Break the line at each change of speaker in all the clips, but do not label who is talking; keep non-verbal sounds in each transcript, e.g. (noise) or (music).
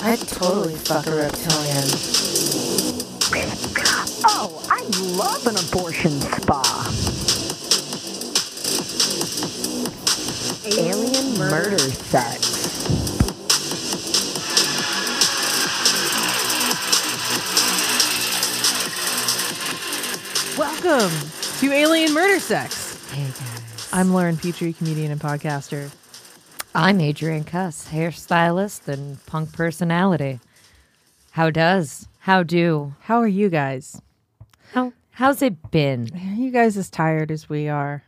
I'd totally fuck a reptilian.
Oh, I love an abortion spa. Alien murder sex.
Welcome to Alien Murder Sex.
Hey guys.
I'm Lauren Petrie, comedian and podcaster.
I'm Adrian Cuss, hairstylist and punk personality. How does? How do?
How are you guys?
How how's it been?
Are you guys as tired as we are?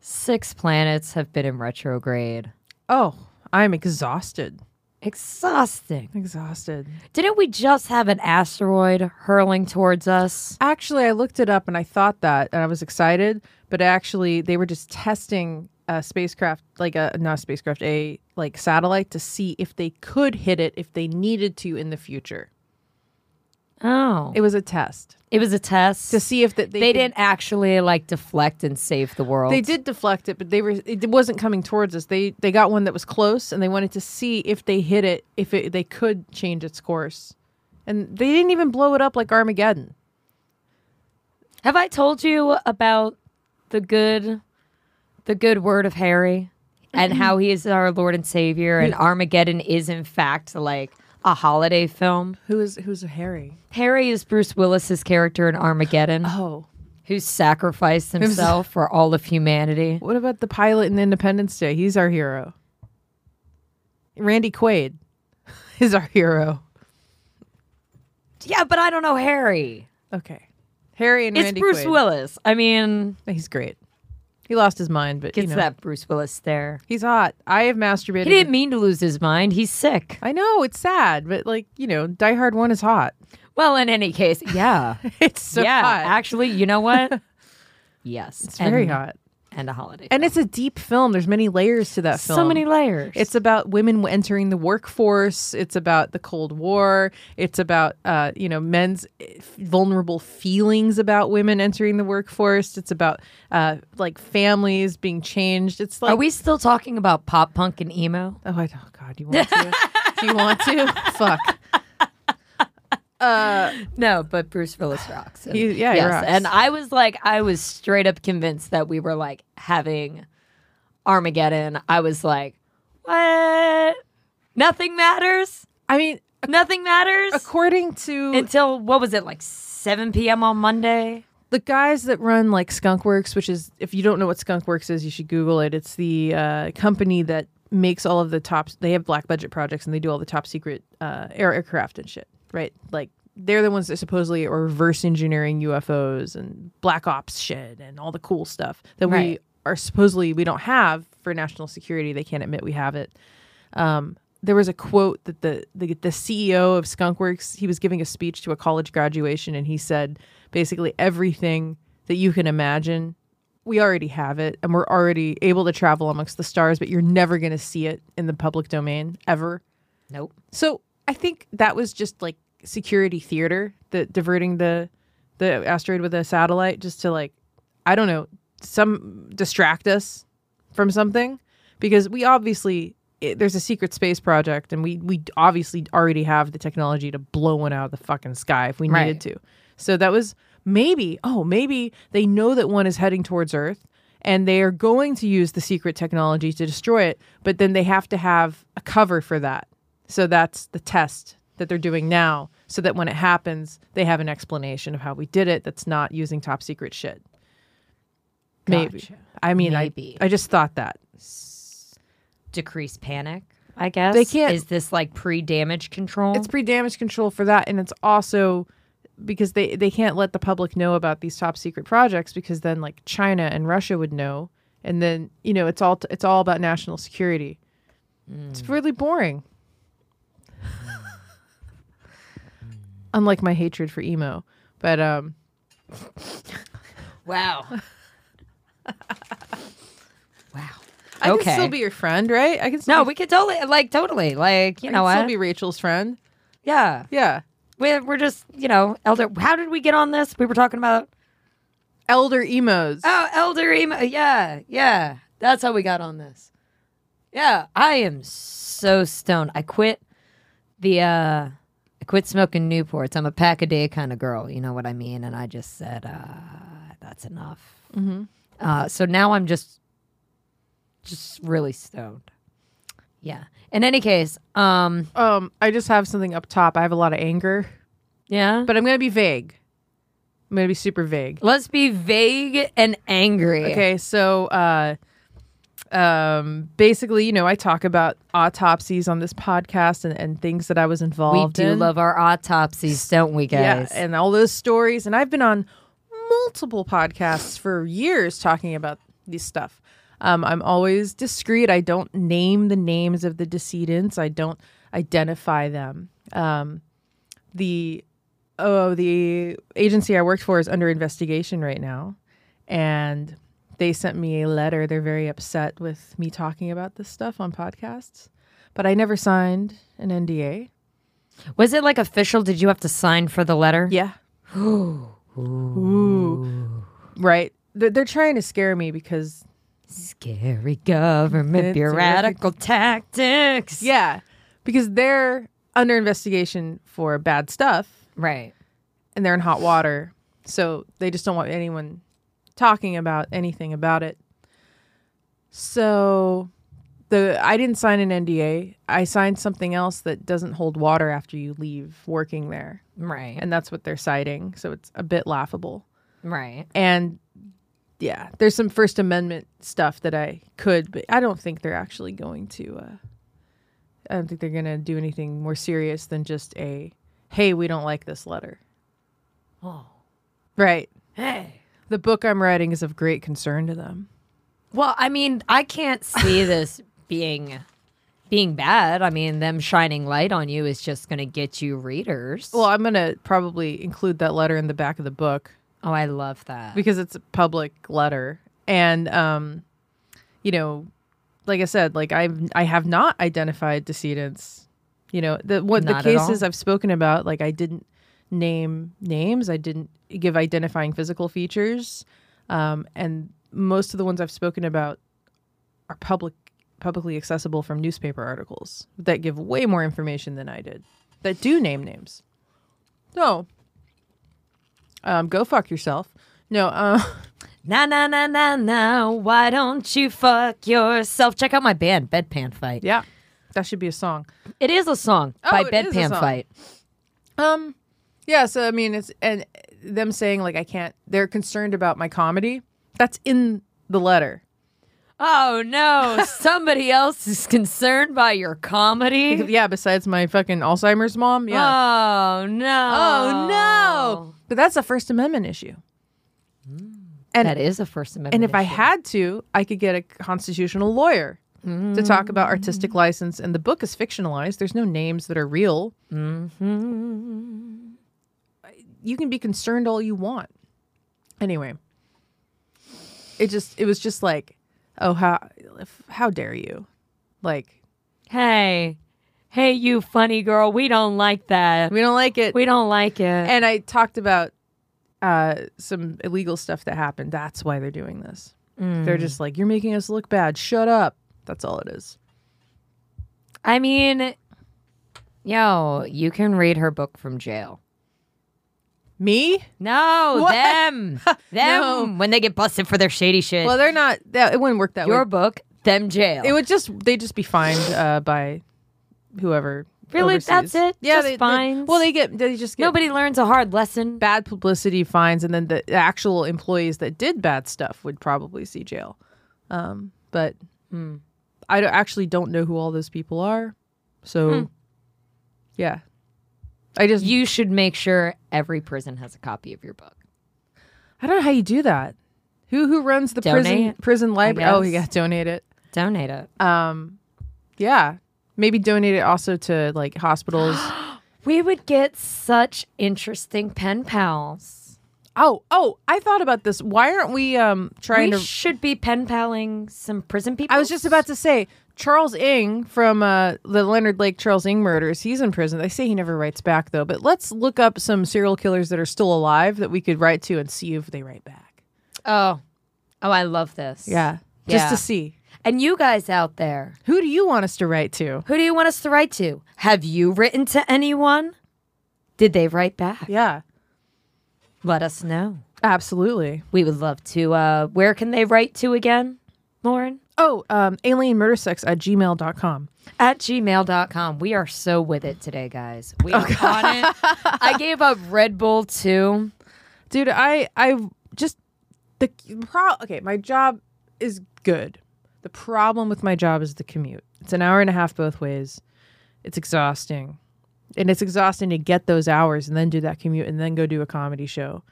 Six planets have been in retrograde.
Oh, I'm exhausted.
Exhausting.
Exhausted.
Didn't we just have an asteroid hurling towards us?
Actually, I looked it up and I thought that, and I was excited. But actually, they were just testing a spacecraft, like a not a spacecraft, a like satellite, to see if they could hit it if they needed to in the future.
Oh.
It was a test
It was a test.
to see if that they,
they
could-
didn't actually like deflect and save the world.
They did deflect it, but they were it wasn't coming towards us. They they got one that was close, and they wanted to see if they hit it, if it, they could change its course. And they didn't even blow it up like Armageddon.
Have I told you about the good the good word of Harry and how he is our Lord and Savior and Armageddon is in fact like a holiday film.
Who is who's Harry?
Harry is Bruce Willis's character in Armageddon (gasps)
Oh,
who sacrificed himself for all of humanity.
what about the pilot in Independence Day? He's our hero. Randy Quaid (laughs) is our hero.
Yeah, but I don't know Harry.
Okay, Harry and
It's
Randy
Bruce
Quaid.
Willis. I mean,
He's great. He lost his mind, but
gets
you know,
that Bruce Willis stare.
he's hot. I have masturbated.
He didn't mean to lose his mind. He's sick.
I know it's sad, but like you know, Die Hard One is hot. (laughs)
Well, in any case, yeah. (laughs)
It's so
yeah,
hot.
actually, you know (laughs) what? yes,
It's very
and,
hot.
And a holiday,
And it's a deep film. There's many layers to that film.
so many layers.
It's about women entering the workforce. It's about the Cold War. It's about uh, you know men's vulnerable feelings about women entering the workforce. It's about uh, like families being changed. It's like
Are we still talking about pop punk and emo?
oh, I, oh God, you want to? Do you
(laughs)
want to? Fuck. Uh,
No, but Bruce Willis rocks. And,
He- yeah, he
yes.
rocks.
And I was like, I was straight up convinced that we were like having Armageddon. I was like, what? Nothing matters.
I mean,
Nothing matters
according to
until what was it like 7 p.m. on Monday?
the guys that run like skunkworks which is if you don't know what skunkworks is you should google it it's the uh, company that makes all of the top they have black budget projects and they do all the top secret uh, air aircraft and shit right like they're the ones that supposedly are reverse engineering ufos and black ops shit and all the cool stuff that we
Right.
are supposedly we don't have for national security they can't admit we have it there was a quote that the, the the CEO of Skunkworks he was giving a speech to a college graduation and he said basically everything that you can imagine we already have it and we're already able to travel amongst the stars but you're never going to see it in the public domain ever
Nope.
so I think that was just like security theater that diverting the the asteroid with a satellite just to like I don't know some distract us from something because we obviously it, there's a secret space project and we we obviously already have the technology to blow one out of the fucking sky if we
Right.
needed to. So that was maybe oh maybe they know that one is heading towards Earth and they are going to use the secret technology to destroy it, but then they have to have a cover for that. So that's the test that they're doing now, so that when it happens, they have an explanation of how we did it that's not using top secret shit. Maybe.
Gotcha.
I mean,
Maybe.
I, I just thought that.
decrease panic. I guess
They can't-
Is this like pre-damage control?
It's pre damage control for that. And it's also because they, they can't let the public know about these top secret projects because then, like, China and Russia would know. And then, you know, it's all, t- it's all about national security. It's really (laughs) boring. Unlike my hatred for emo. But, um,
(laughs) wow. wow.
I
okay.
can still be your friend, right? I can still
no,
be,
we could totally like totally like you
I
know
can still
what?
be Rachel's friend.
yeah.
Yeah.
We're we're just you know elder. How did we get on this? We were talking about
Elder emos.
oh elder emo. Yeah, yeah. That's how we got on this. Yeah, I am so stoned. I quit the uh I quit smoking Newports. I'm a pack a day kind of girl, you know what I mean? And I just said, uh, that's enough.
Mm-hmm.
Uh, so now I'm just just really stoned. Yeah. In any case, um
Um, I just have something up top. I have a lot of anger,
yeah. But
but I'm gonna be vague. I'm gonna be super vague.
let's be vague and angry.
Okay, so uh um basically, you know, I talk about autopsies on this podcast and, and things that I was
We
involved
do
in.
love our autopsies, don't we,
yeah,
guys?
and all those stories. And I've been on multiple podcasts for years talking about this stuff. Um, I'm always discreet. I don't name the names of the decedents. I don't identify them. Um, the oh, the agency I worked for is under investigation right now, and they sent me a letter. They're very upset with me talking about this stuff on podcasts, but I never signed an NDA.
Was it like official? Did you have to sign for the letter?
Yeah. Ooh. Right. They're, they're trying to scare me because,
Scary government
It's
bureaucratical tactics.
yeah, because they're under investigation for bad stuff
Right.
and they're in hot water. So they just don't want anyone talking about anything about it. So the I didn't sign an NDA. I signed something else that doesn't hold water after you leave working there.
Right.
And that's what they're citing. So it's a bit laughable.
Right.
and yeah, there's some First Amendment stuff that I could, but I don't think they're actually going to. Uh, I don't think they're going to do anything more serious than just a, "Hey, we don't like this letter."
Oh.
Right.
Hey.
The book I'm writing is of great concern to them.
Well, I mean, I can't
(laughs)
see this being being bad. I mean, them shining light on you is just going to get you readers.
Well, I'm going to probably include that letter in the back of the book
oh, I love that.
because it's a public letter, and um, you know, like I said, like I I have not identified decedents. You know, the what
Not
the
at all.
cases I've spoken about, like I didn't name names, I didn't give identifying physical features, um, and most of the ones I've spoken about are public publicly accessible from newspaper articles that give way more information than I did that do name names. So, um, go fuck yourself. No, uh, (laughs)
Na na na na na. Why don't you fuck yourself? Check out my band, Bedpan Fight.
yeah, that should be a song.
It is a song
Oh,
by
it is a
Bedpan
song.
Fight.
Um, yeah. So I mean, it's and them saying like I can't. They're concerned about my comedy. That's in the letter.
Oh no,
(laughs)
somebody else is concerned by your comedy.
Yeah. Besides my fucking Alzheimer's mom. (laughs) Yeah.
Oh no.
oh no. But that's a First Amendment issue.
that is a First Amendment.
And if I
issue.
had to, I could get a constitutional lawyer to talk about artistic license. And the book is fictionalized. There's no names that are real. You can be concerned all you want. Anyway, it just it was just like, oh how if, how dare you, like
hey, hey, you funny girl, we don't like that.
we don't like it.
We don't like it.
and I talked about uh, some illegal stuff that happened. That's why they're doing this. They're just like, you're making us look bad. Shut up. That's all it is.
I mean, yo, you can read her book from jail.
Me?
No,
What?
them, them.
(laughs) No.
When they get busted for their shady shit.
Well, they're not. That, it wouldn't work that
your
way.
book, them jail.
It would just they'd just be fined uh, by whoever.
Really?
oversees.
That's it?
Yeah,
Just
they, they-
fines?
well, they get they just get
Nobody learns a hard lesson.
bad publicity fines, and then the actual employees that did bad stuff would probably see jail. Um, but
Hmm.
I don't, actually don't know who all those people are, so yeah, I just
Hmm. You should make sure every prison has a copy of your book.
I don't know how you do that. Who who runs the prison
Donate,
prison library? Oh,
guess.
yeah, donate it.
Donate it.
um yeah maybe donate it also to
(gasps)
like hospitals
We would get such interesting pen pals.
oh oh i thought about this why aren't we um trying
we
to
should be pen paling some prison people.
i was just about to say charles ing from uh the leonard lake charles ing murders he's in prison they say he never writes back though but let's look up some serial killers that are still alive that we could write to and see if they write back
Oh, oh, I love this.
just
Yeah.
to see
And you guys out there,
Who do you want us to write to?
who do you want us to write to? Have you written to anyone? Did they write back?
Yeah,
Let us know.
absolutely.
We would love to. Uh, where can they write to again, Lauren?
Oh, um, alienmurdersex at gmail.com.
At gmail.com. We are so with it today, guys. We are on it. I gave up Red Bull too.
Dude, I, I just, the pro, okay, my job is good. The problem with my job is the commute. It's an hour and a half both ways. It's exhausting. And it's exhausting to get those hours and then do that commute and then go do a comedy show.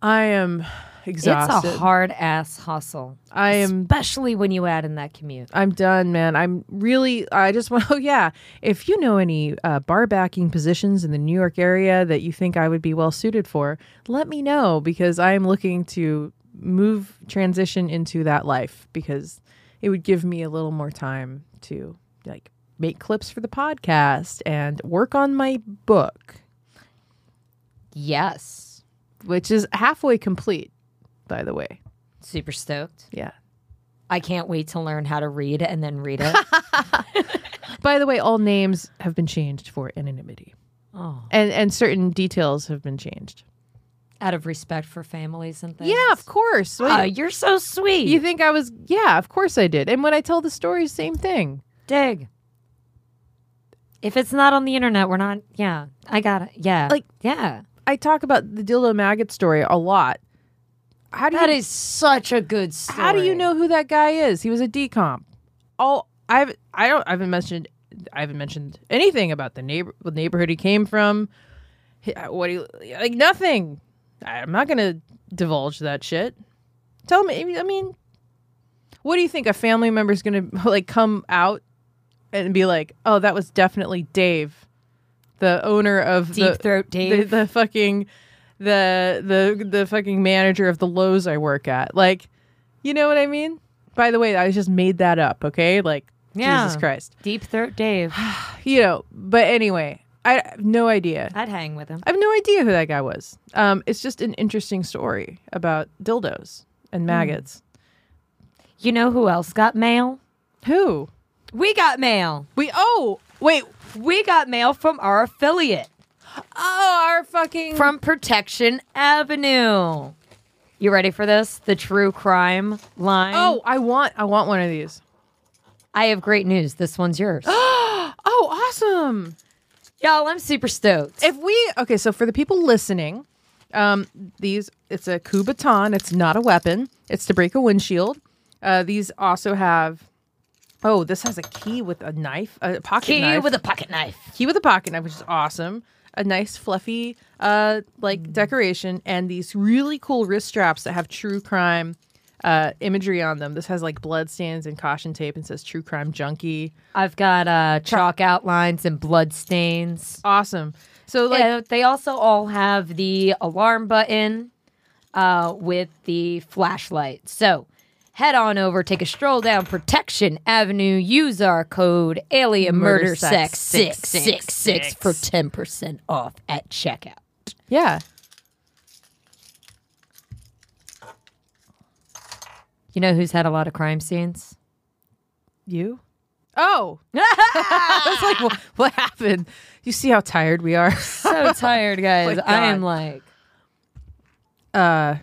I am exhausted.
It's a hard ass hustle.
I am
Especially when you add in that commute.
I'm done, man. I'm really. I just want. (laughs) Oh yeah. If you know any uh, bar backing positions in the New York area that you think I would be well suited for, let me know because I am looking to move transition into that life because it would give me a little more time to like make clips for the podcast and work on my book,
Yes.
which is halfway complete, by the way.
Super stoked.
Yeah.
I can't wait to learn how to read and then read
(laughs)
it.
By the way, all names have been changed for anonymity.
oh.
and and certain details have been changed.
Out of respect for families and things.
Yeah, of course. What-
Oh, you're so sweet.
you think I was? Yeah, of course I did. And when I tell the story, same thing.
Dig. If it's not on the internet, we're not. Yeah, I got it. Yeah,
Like-
yeah.
I talk about the dildo maggot story a lot. How do
That
you
is such a good story.
how do you know who that guy is? He was a decomp. All I've I don't I haven't mentioned I haven't mentioned anything about the neighbor the neighborhood he came from. He- What he like nothing. I'm not gonna divulge that shit. Tell me. I mean, what do you think a family member's gonna (laughs) like come out and be like? Oh, that was definitely Dave, the owner of
Deep
the,
Throat Dave?
the, the fucking the the the fucking manager of the Lowe's I work at. Like, you know what I mean? By the way, I just made that up. Okay, like
Yeah.
Jesus Christ,
Deep Throat Dave. (sighs)
you know. But anyway, I have no idea.
I'd hang with him.
I have no idea who that guy was. Um, it's just an interesting story about dildos and maggots.
You know who else got mail?
Who
We got mail.
we? Oh wait.
We got mail from our affiliate
Oh, our fucking
from Protection Avenue. You ready for this? The true crime line.
Oh, I want I want one of these.
I have great news. This one's (gasps) yours.
Oh, awesome.
Y'all, I'm super stoked.
If we okay, so for the people listening, um, these it's a coup baton. It's not a weapon. It's to break a windshield. Uh, these also have. Oh, this has a key with a knife, a pocket
Key
knife,
with a pocket knife.
key with a pocket knife, which is awesome. A nice fluffy uh
Mm.
like decoration and these really cool wrist straps that have true crime uh imagery on them. This has like blood stains and caution tape and says true crime junkie.
I've got uh, chalk outlines and blood stains.
Awesome. So like
Yeah, they also all have the alarm button uh, with the flashlight. So head on over, take a stroll down Protection Avenue, use our code Alien Murder,
Murder
Sex
Sex
666 for 10% off at checkout.
yeah.
You know who's had a lot of crime scenes?
You? (laughs) Oh. It's like, what, what happened? You see how tired we are?
(laughs)
(laughs)
so tired, guys.
My
I am
God.
like,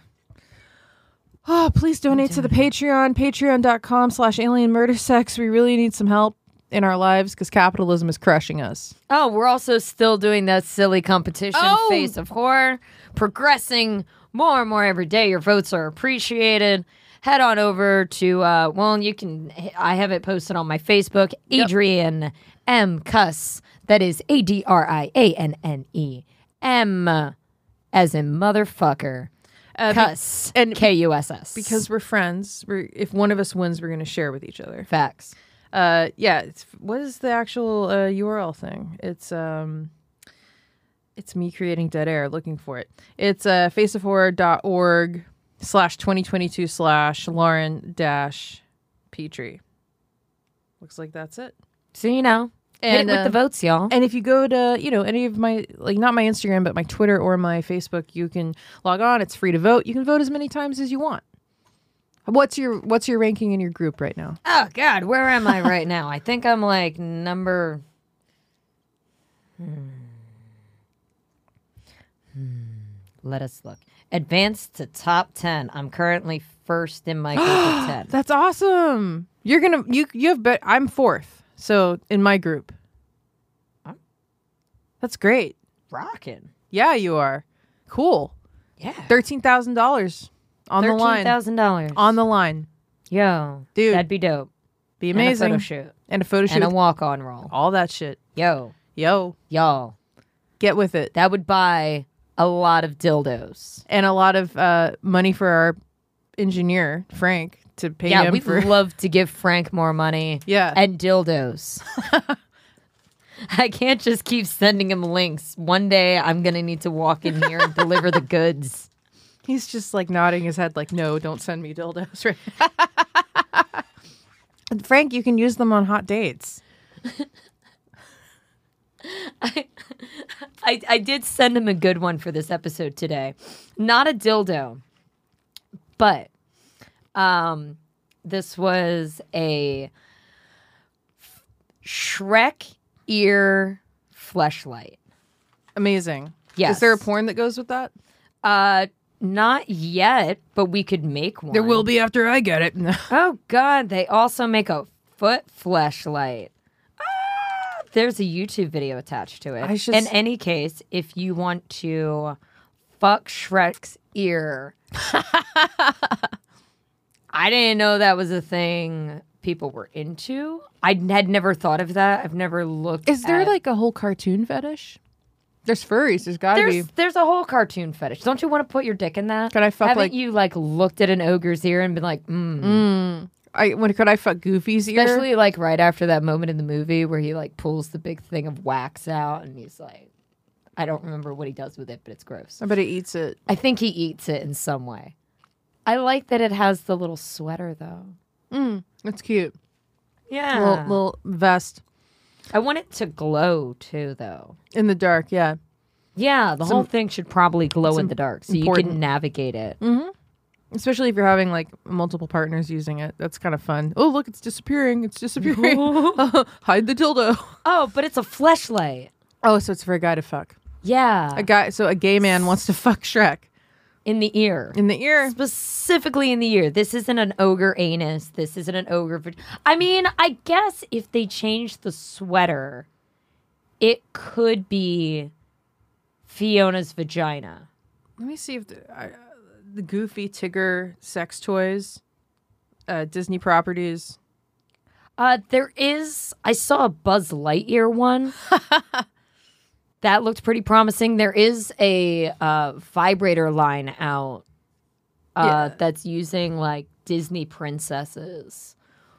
Oh, please donate to the Patreon, patreon.com slash alien murder sex. We really need some help in our lives because capitalism is crushing us.
oh, we're also still doing that silly competition,
Oh!
Face of Horror, progressing more and more every day. Your votes are appreciated. Head on over to, uh, well, you can, I have it posted on my Facebook, Adrian M. Cuss. That is A D R I A N N E M, as in motherfucker. Cuss.
Uh, and-
And K U S S.
Because we're friends. We're, if one of us wins, we're going to share with each other.
facts.
Uh, yeah. It's, what is the actual uh, URL thing? It's um, it's me creating dead air. Looking for it. It's uh, faceofhorror.org slash 2022 slash Lauren dash Petrie. Looks like that's it.
So, you know, hit
And,
it with the
uh,
votes, y'all.
And if you go to, you know, any of my, like not my Instagram, but my Twitter or my Facebook, you can log on. It's free to vote. You can vote as many times as you want. What's your What's your ranking in your group right now?
Oh God, where am I right now? I think I'm like number. Hmm. Hmm. Let us look. Advanced to top ten. I'm currently first in my group of ten.
That's awesome. You're gonna you you have bet. I'm fourth, so in my group. That's great.
Rocking.
Yeah, you are. Cool.
Yeah.
Thirteen thousand dollars on the
Thirteen
line.
thousand dollars.
on the line.
yo,
Dude.
that'd be dope.
Be
And a
amazing.
photo shoot
And a photo shoot
and a
with
walk on roll.
all that shit.
Yo,
Yo,
y'all,
get with it.
that would buy a lot of dildos.
And a lot of uh, money for our engineer Frank to pay
Yeah,
him
we'd
for.
love to give Frank more money.
(laughs) Yeah.
(laughs) And dildos. (laughs) I can't just keep sending him links. One day I'm going to need to walk in here and deliver the goods.
He's just like nodding his head, like, no, don't send me dildos. (laughs) Right. And Frank, you can use them on hot dates.
(laughs) I, I did send him a good one for this episode today. Not a dildo, but um, this was a Shrek ear fleshlight.
Amazing. Is
Yes.
there a porn that goes with that?
Uh, not yet, but we could make one.
be after I get it. (laughs)
Oh God! They also make a foot flashlight. Ah, there's a YouTube video attached to it.
I should
In
s-
any case, if you want to fuck Shrek's ear, (laughs) I didn't know that was a thing people were into. I had never thought of that. I've never looked.
Is there
at-
like a whole cartoon fetish? There's furries. There's gotta
There's,
be.
there's a whole cartoon fetish. Don't you want to put your dick in that?
Could I fuck,
Haven't
like-
you like looked at an ogre's ear and been like, mm.
I when could I fuck Goofy's ear?
Especially like right after that moment in the movie where he like pulls the big thing of wax out and he's like, I don't remember what he does with it, but it's gross.
I bet it eats it.
I think he eats it in some way. I like that it has the little sweater though.
That's cute.
Yeah.
Little, little vest
I want it to glow too though.
in the dark. Yeah.
Yeah, the whole thing should probably glow in the dark so you
important.
can navigate it.
Especially if you're having like multiple partners using it. That's kind of fun. Oh, look, it's disappearing. It's (laughs) disappearing. Hide the dildo.
Oh, but it's a fleshlight.
Oh, so it's for a guy to fuck.
Yeah.
A guy, so a gay man wants to fuck Shrek
in the ear.
in the ear.
specifically in the year. This isn't an ogre anus. This isn't an ogre. vag- I mean, I guess if they change the sweater, it could be Fiona's vagina.
Let me see if the, I, the Goofy Tigger sex toys, uh, Disney properties.
Uh, there is. I saw a Buzz Lightyear (laughs) one. that looked pretty promising. There is a uh, vibrator line out uh, that's using like Disney princesses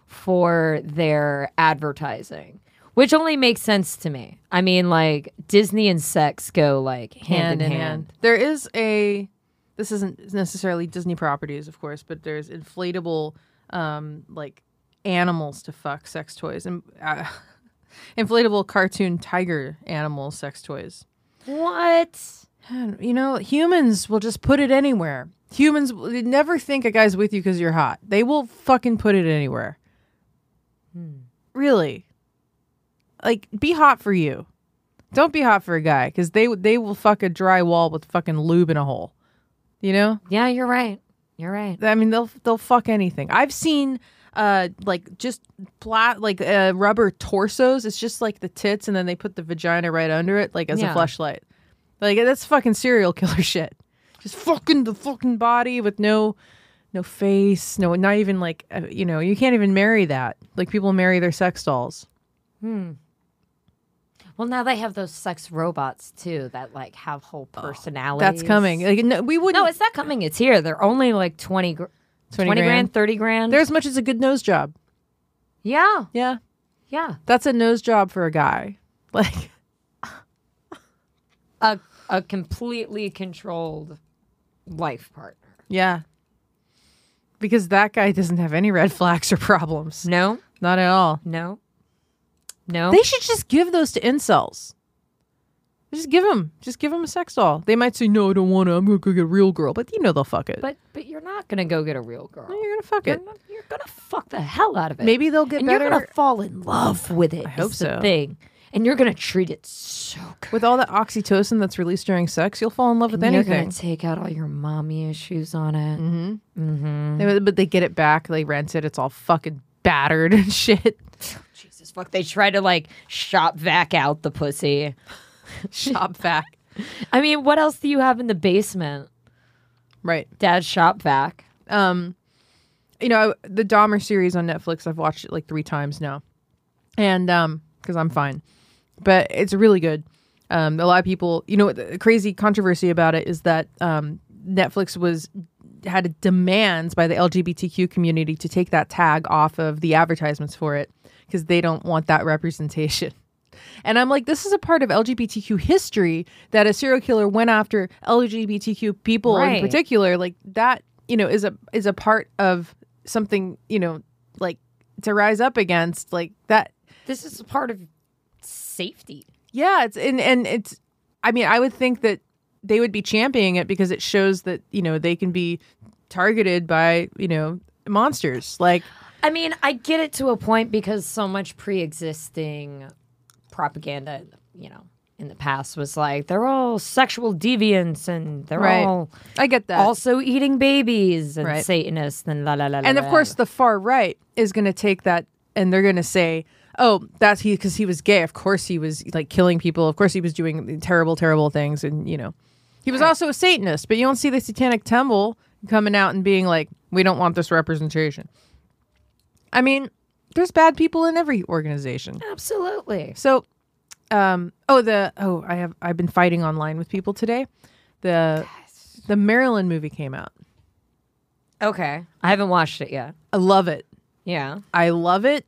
for their advertising, which only makes sense to me. I mean, like Disney and sex go like hand, in hand.
There is a. This isn't necessarily Disney properties, of course, but there's inflatable, um, like animals to fuck sex toys and uh, (laughs) inflatable cartoon tiger animal sex toys.
What?
Man, You know, humans will just put it anywhere. Humans will- they never think a guy's with you because you're hot. They will fucking put it anywhere.
Hmm.
Really, like be hot for you. Don't be hot for a guy because they they will fuck a dry wall with fucking lube in a hole. You know,
Yeah, you're right. You're right.
I mean they'll they'll fuck anything. I've seen uh like just plat like uh, rubber torsos. It's just like the tits and then they put the vagina right under it like as
Yeah.
a flashlight. Like that's fucking serial (laughs) killer shit. Just fucking the fucking body with no no face, no not even like uh, you know, you can't even marry that. Like people marry their sex dolls.
Well, now they have those sex robots too that like have whole personalities.
That's coming. Like no, we wouldn't
No, it's not coming. It's here. They're only like 20, gr- 20,
20
grand.
grand.
30 grand.
they're as much as a good nose job.
yeah.
Yeah.
Yeah.
That's a nose job for a guy. (laughs) Like
A, a completely controlled life partner.
Yeah. Because that guy doesn't have any red flags or problems.
No,
Not at all.
no, no.
They should just give those to incels. Just give them, just give them a sex doll. They might say, "No, I don't want to. I'm gonna go get a real girl," but you know they'll fuck it. Oh,
But but you're not gonna go get a real girl.
you're gonna fuck it.
You're, not- you're gonna fuck the hell out of it.
Maybe they'll get
and You're gonna
better-
fall in love with it. I
hope so.
Thing, and you're gonna treat it so good.
With all the oxytocin that's released during sex, you'll fall in love with
And You're
anything.
gonna take out all your mommy issues on it. Mm.
They- But they get it back. They rent it. It's all fucking battered (laughs) and shit.
Jesus fuck! They try to like shop vac out the (laughs) pussy.
Shop vac.
I mean, what else do you have in the basement?
Right.
Dad's shop vac.
um you know the Dahmer series on Netflix I've watched it like 3 times now and um cuz I'm fine but it's really good um a lot of people you know the crazy controversy about it is that um Netflix was had demands by the LGBTQ community to take that tag off of the advertisements for it cuz they don't want that representation (laughs) and I'm like, this is a part of LGBTQ history that a serial killer went after LGBTQ people
Right.
in particular. Like that, you know, is a is a part of something, you know, like to rise up against. Like that
This is a part of safety.
yeah, it's and and it's. I mean, I would think that they would be championing it because it shows that you know they can be targeted by you know monsters. Like
I mean, I get it to a point because so much pre-existing propaganda, you know, in the past was like they're all sexual deviants and they're
Right.
all
I get that.
also eating babies and
Right.
Satanists and la la la. la,
and of
la.
course, the far right is going to take that and they're going to say, "Oh, that's he because he was gay. Of course, he was like killing people. Of course, he was doing terrible, terrible things." And you know, he was also a Satanist. But you don't see the Satanic Temple coming out and being like, "We don't want this representation." I mean, there's bad people in every organization.
absolutely
So, um, oh the oh I have I've been fighting online with people today. The the Maryland movie came out.
okay. I haven't watched it yet.
I love it.
Yeah.
I love it.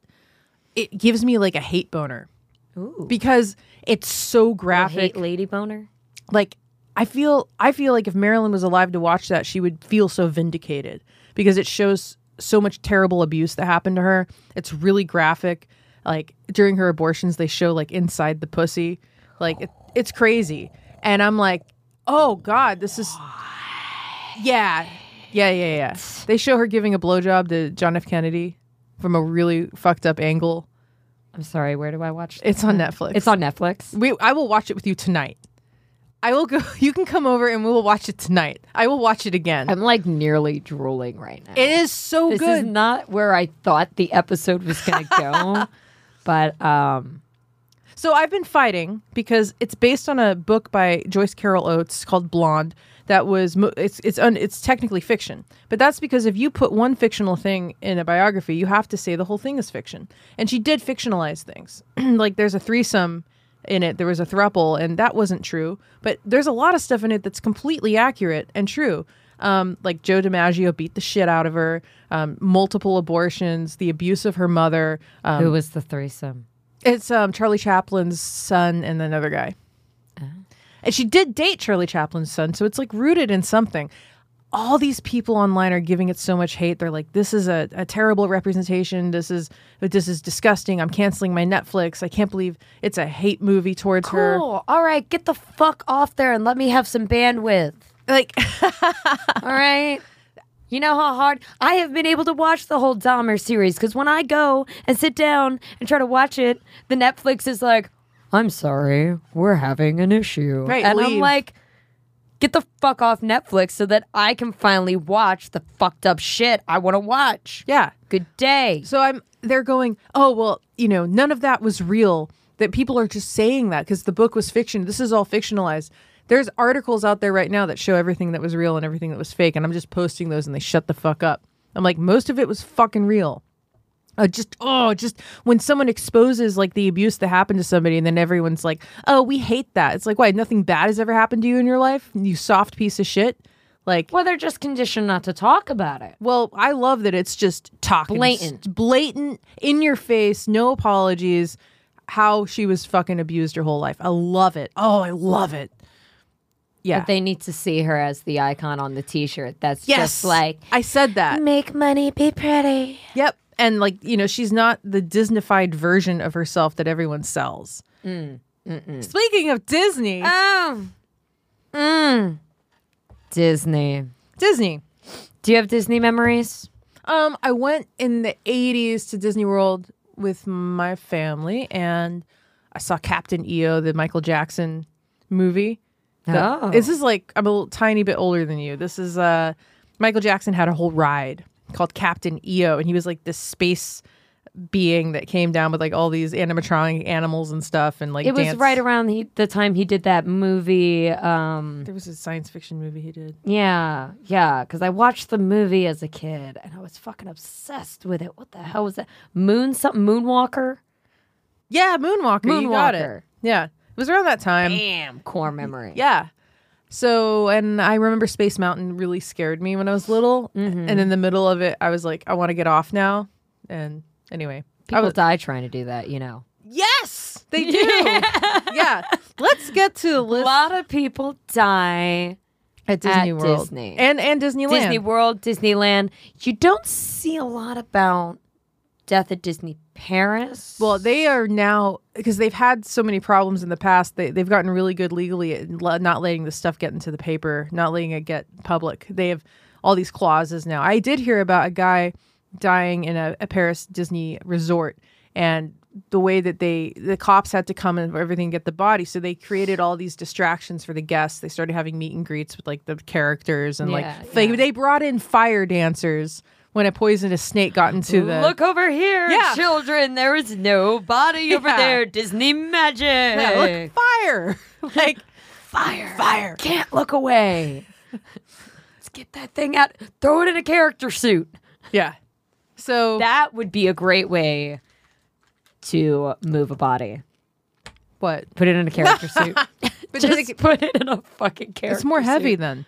It gives me like a hate boner
Ooh.
because it's so graphic.
hate lady boner.
Like I feel I feel like if Marilyn was alive to watch that, she would feel so vindicated because it shows so much terrible abuse that happened to her. It's really graphic. Like during her abortions, they show like inside the pussy. Like it, it's crazy. And I'm like, oh god, this is yeah. Yeah, yeah, yeah. They show her giving a blowjob to John F. Kennedy from a really fucked up angle.
I'm sorry. Where do I watch? It?
It's on Netflix.
It's on Netflix.
We, I will watch it with you tonight. I will go. (laughs) You can come over and we will watch it tonight. I will watch it again.
I'm like nearly drooling right now.
it is so
this
good.
is not where I thought the episode was (laughs) going to go, but um,
so I've been fighting because it's based on a book by Joyce Carol Oates called Blonde. That was mo- it's it's un, it's technically fiction, but that's because if you put one fictional thing in a biography, you have to say the whole thing is fiction. And she did fictionalize things. (clears throat) like there's a threesome in it. There was a thruple, and that wasn't true. But there's a lot of stuff in it that's completely accurate and true. Um, like Joe DiMaggio beat the shit out of her, um, multiple abortions, the abuse of her mother, um,
who was the threesome?
it's um Charlie Chaplin's son and another guy. And she did date Charlie Chaplin's son, so it's like rooted in something. All these people online are giving it so much hate. They're like, "This is a, a terrible representation. This is this is disgusting. I'm canceling my Netflix. I can't believe it's a hate movie towards her."
Cool. All right, get the fuck off there and let me have some bandwidth.
Like, (laughs)
All right. You know how hard I have been able to watch the whole Dahmer series because when I go and sit down and try to watch it, the Netflix is like, "I'm sorry, we're having an issue,"
Right,
and I'm
leave.
like, "Get the fuck off Netflix so that I can finally watch the fucked up shit I want to watch."
yeah.
Good day.
So I'm they're going, "Oh, well, you know, none of that was real." That people are just saying that cuz the book was fiction. This is all fictionalized. There's articles out there right now that show everything that was real and everything that was fake, and I'm just posting those and they shut the fuck up. I'm like, "Most of it was fucking real." Uh, just oh, just when someone exposes like the abuse that happened to somebody, and then everyone's like, "Oh, we hate that." It's like, why? Nothing bad has ever happened to you in your life, you soft piece of shit. Like,
Well, they're just conditioned not to talk about it.
well, I love that it's just talking
Blatant.
blatant, in your face, no apologies. How she was fucking abused her whole life. I love it. Oh, I love it. Yeah.
But they need to see her as the icon on the T-shirt. That's
yes.
just like
I said that.
make money be pretty.
Yep.
Mm,
And like, you know, she's not the Disneyfied version of herself that everyone sells. Speaking of Disney,
Oh. Mm. Disney.
Disney.
Do you have Disney memories?
Um, I went in the '80s to Disney World with my family, and I saw Captain EO, the Michael Jackson movie. The-
Oh.
This is like I'm a little, tiny bit older than you. This is uh, Michael Jackson had a whole ride called Captain EO, and he was like this space being that came down with like all these animatronic animals and stuff, and like
It was
danced.
right around the, the time he did that movie. Um,
There was a science fiction movie he did.
yeah, yeah, because I watched the movie as a kid and I was fucking obsessed with it. What the hell was that? Moon something Moonwalker.
Yeah, Moonwalker. You got
Moonwalker.
it. Yeah, it was around that time.
Damn, core memory.
Yeah. So, and I remember Space Mountain really scared me when I was little.
Mm-hmm.
And in the middle of it, I was like, I want to get off now. And anyway, I
people
was,
die trying to do that. You know,
yes,
(laughs)
they do. yeah. Let's get to
a
the list
lot of people die.
at Disney
at
World
Disney.
and and Disneyland.
Disney World, Disneyland. You don't see a lot about death at Disney Paris.
Well, they are now because they've had so many problems in the past. They they've gotten really good legally at le- not letting this stuff get into the paper, not letting it get public. They have all these clauses now. I did hear about a guy dying in a, a Paris Disney resort, and the way that they the cops had to come and everything get the body. So they created all these distractions for the guests. They started having meet and greets with like the characters and
Yeah,
like they, they brought in fire dancers when a poisonous snake got into the
Look over here,
Yeah.
children. There is nobody over
Yeah.
there. Disney magic.
Yeah, look, fire. (laughs) like
fire. Fire. Can't look away. (laughs) Let's get that thing out. Throw it in a character suit.
yeah. So
That would be a great way to move a body.
what?
Put it in a character suit.
(laughs) But
Just
it's,
put it in a fucking character
it's more heavy
suit.
then.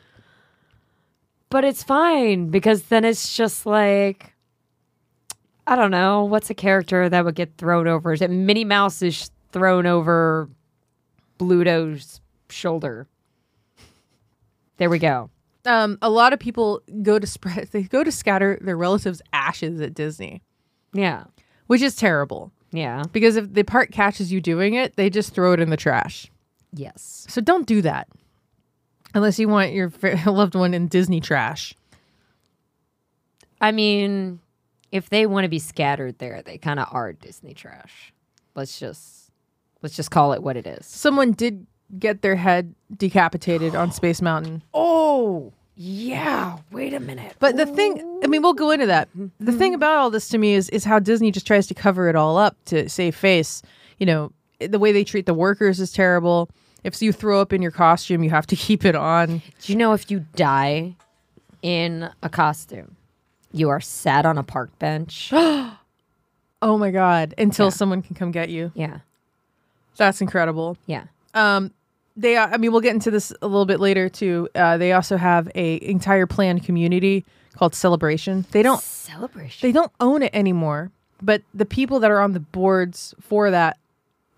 But it's fine because then it's just like I don't know, what's a character that would get thrown over? Is it Minnie Mouse is sh- thrown over Bluto's shoulder? There we go.
Um, a lot of people go to spread. (laughs) They go to scatter their relatives' ashes at Disney,
Yeah.
which is terrible
Yeah.
because if the park catches you doing it, they just throw it in the trash.
Yes.
So don't do that unless you want your fa- (laughs) loved one in Disney trash.
I mean, if they want to be scattered there, they kind of are Disney trash. Let's just let's just call it what it is.
Someone did get their head decapitated on Space Mountain.
Oh, yeah. Wait a minute.
But the thing, I mean, we'll go into that. The thing about all this to me is is how Disney just tries to cover it all up to save face. You know, the way they treat the workers is terrible. If you throw up in your costume, you have to (laughs) keep it on.
Do you know if you die in a costume, you are sat on a park
(gasps)
bench?
Oh my god! Until someone can come get you.
yeah,
That's incredible.
yeah.
They, are, I mean, we'll get into this a little bit later too. Uh, they also have a entire planned community called Celebration. They don't
Celebration.
they don't own it anymore but the people that are on the boards for that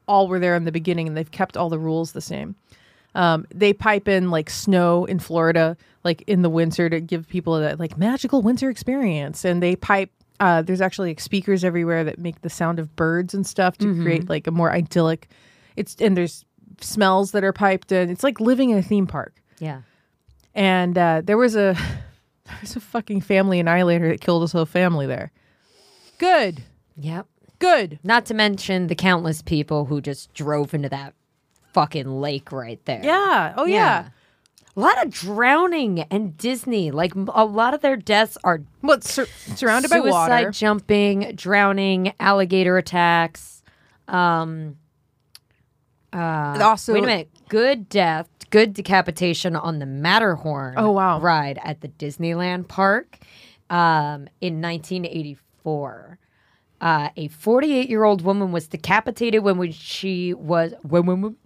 all were there in the beginning and they've kept all the rules the same um, they pipe in like snow in florida like in the winter to give people that like magical winter experience and they pipe uh, there's actually like speakers everywhere that make the sound of birds and stuff to create like a more idyllic it's and there's smells that are piped in it's like living in a theme park
yeah.
and uh, there was a (laughs) there was a fucking family annihilator that killed his whole family there. Good,
Yep.
good.
Not to mention the countless people who just drove into that fucking lake right there.
Yeah. Oh yeah.
Yeah. A lot of drowning and Disney. Like m- a lot of their deaths are
Well, it's sur- surrounded by
suicide
water.
jumping, drowning, alligator attacks. um, uh,
It also,
Wait a minute. Good death, good decapitation on the Matterhorn.
Oh, wow.
Ride at the Disneyland Park, um, in 1984. Uh, a 48 year old woman was decapitated when we- she was when when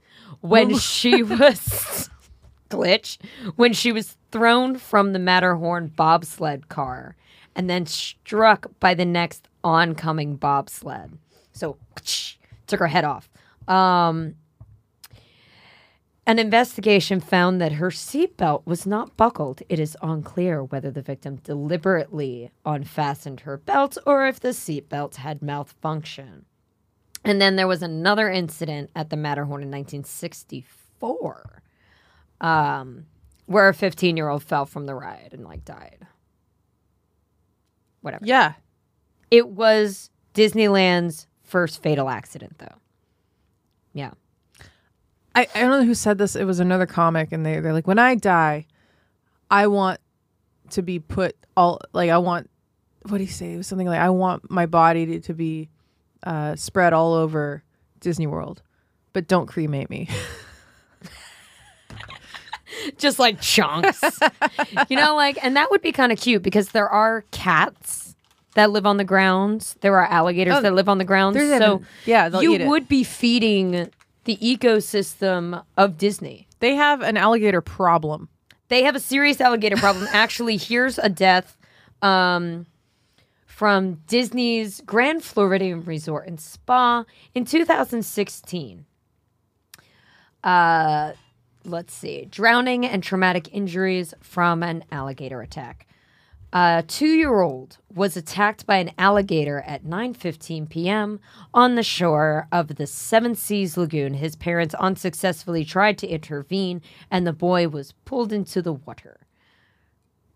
when she was (laughs) glitch when she was thrown from the Matterhorn bobsled car and then struck by the next oncoming bobsled. So took her head off. Um, an investigation found that her seatbelt was not buckled. It is unclear whether the victim deliberately unfastened her belt or if the seatbelt had malfunction. And then there was another incident at the Matterhorn in 1964 um, where a 15 year old fell from the ride and like died. Whatever.
Yeah.
It was Disneyland's first fatal accident, though. Yeah.
I, I don't know who said this. It was another comic, and they, they're like, when I die, I want to be put all, like, I want, what do you say? It was something like, I want my body to, to be uh, spread all over Disney World, but don't cremate me. (laughs)
Just like
(laughs)
chunks. you know, like, and that would be kind of cute because there are cats that live on the grounds, there are alligators that live on the grounds.
Oh, There's
So
even- yeah, they'll
you
eat it.
would be feeding the ecosystem of Disney.
they have an alligator problem.
they have a serious alligator problem. Actually, here's a death um, from Disney's Grand Floridian Resort and Spa in 2016. Uh, let's see, drowning and traumatic injuries from an alligator attack. A two-year-old was attacked by an alligator at 9:15 p.m. on the shore of the Seven Seas Lagoon. His parents unsuccessfully tried to intervene, and the boy was pulled into the water.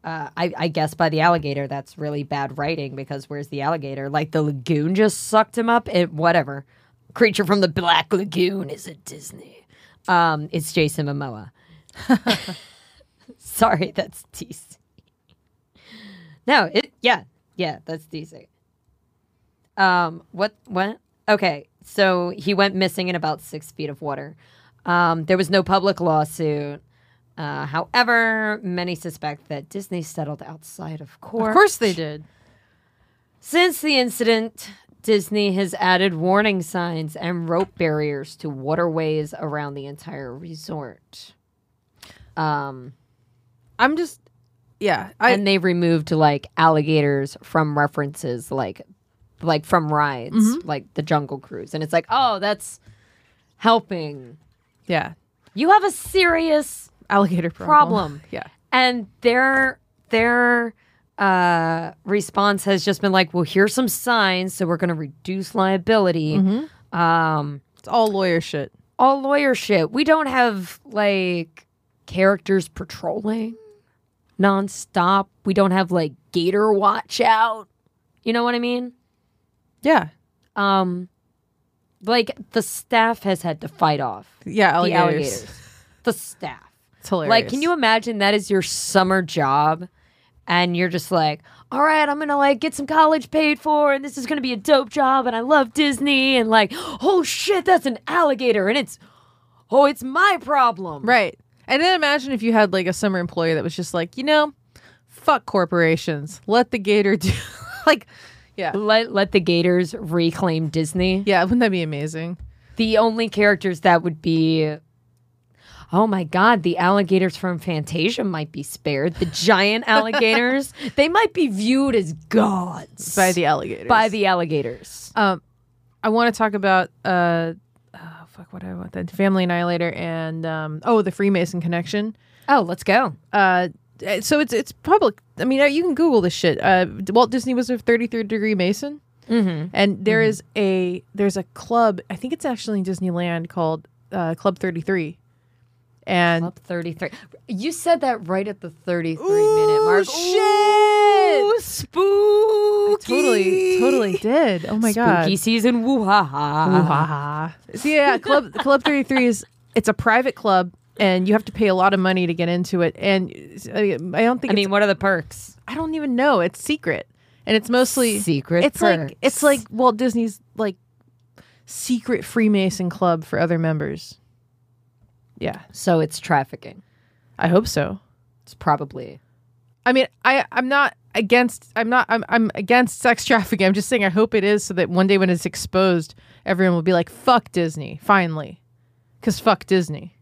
Uh, I, I guess by the alligator, that's really bad writing because where's the alligator? Like the lagoon just sucked him up. It whatever. Creature from the Black Lagoon is a Disney. Um, it's Jason Momoa. (laughs) Sorry, that's DC. No, it yeah. Yeah, that's decent. Um what what? Okay. So he went missing in about six feet of water. Um there was no public lawsuit. Uh, however, many suspect that Disney settled outside of court.
Of course they did.
Since the incident, Disney has added warning signs and rope barriers to waterways around the entire resort. Um,
I'm just, yeah. I,
and they removed like alligators from references like like from rides
Mm-hmm.
like the jungle cruise and it's like oh that's helping
yeah.
you have a serious
Alligator problem.
Problem.
(laughs) yeah.
and their their uh response has just been like well here's some signs so we're going to reduce liability
Mm-hmm.
um
It's all lawyer shit.
all lawyer shit we don't have like characters patrolling nonstop we don't have like gator watch out you know what i mean
Yeah.
um like the staff has had to fight off
Yeah. Alligators.
the alligators the staff
It's hilarious.
like can you imagine that is your summer job and you're just like all right i'm gonna like get some college paid for and this is gonna be a dope job and i love disney and like oh shit that's an alligator and it's oh it's my problem
Right. And then imagine if you had like a summer employee that was just like, you know, fuck corporations. Let the gator do (laughs) like yeah.
let, let the gators reclaim disney
Yeah, wouldn't that be amazing?
the only characters that would be oh my god the alligators from fantasia might be spared the (laughs) giant alligators they might be viewed as gods
By the alligators.
by the alligators
um I want to talk about uh oh, fuck what do I want the Family Annihilator and um oh the Freemason connection.
oh let's go
uh, so it's it's public. I mean, uh, you can Google this shit. Uh, Walt Disney was a 33rd degree Mason, mm-hmm. and there is a there's a club. I think it's actually in Disneyland called uh, Club 33, and
up 33 you said that right at the 33 minute mark
shit,
spooky
totally totally did. Oh my god,
spooky season woo ha ha
Waha. So yeah, (laughs) club Club 33 is it's a private club and you have to pay a lot of money to get into it and uh, I don't
i
think it's
mean what are the perks
I don't even know. It's secret, and it's mostly
Secret
It's
perks.
like it's like Walt Disney's like secret Freemason club for other members. Yeah,
so it's trafficking
I hope so.
it's probably
I mean, I I'm not against I'm not I'm I'm against sex trafficking. I'm just saying I hope it is so that one day when it's exposed, everyone will be like, "Fuck Disney!" Finally, because fuck Disney.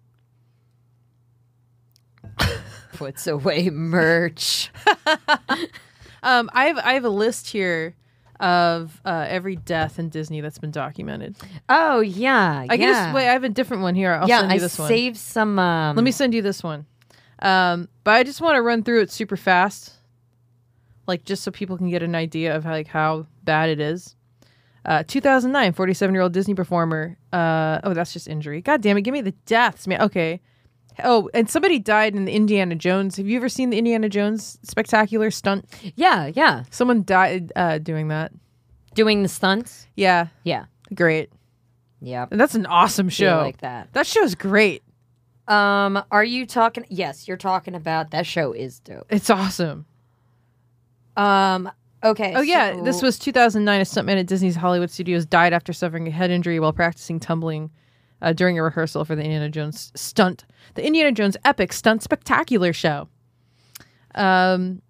puts away (laughs) merch
Um, I have I have a list here of uh, every death in Disney that's been documented.
oh yeah
I
yeah.
can just wait. I have a different one here. I'll
yeah,
send you
I
this one.
saved some. Um,
Let me send you this one. Um, but I just want to run through it super fast, like just so people can get an idea of like how bad it is. Uh, 2009, 47 year old Disney performer. Uh, oh, that's just injury. God damn it. Give me the deaths, man. Okay. Oh, and somebody died in the Indiana Jones. Have you ever seen the Indiana Jones spectacular stunt?
Yeah, yeah.
Someone died uh, doing that.
Doing the stunts.
Yeah.
Yeah,
Great.
yeah.
And that's an awesome show.
like that.
That show's great.
Um, are you talking? Yes, you're talking about that show is dope.
It's awesome.
Um, okay.
Oh yeah,
so-
this was 2009. A stuntman at Disney's Hollywood Studios died after suffering a head injury while practicing tumbling uh, during a rehearsal for the Indiana Jones stunt, the Indiana Jones epic stunt spectacular show. Um,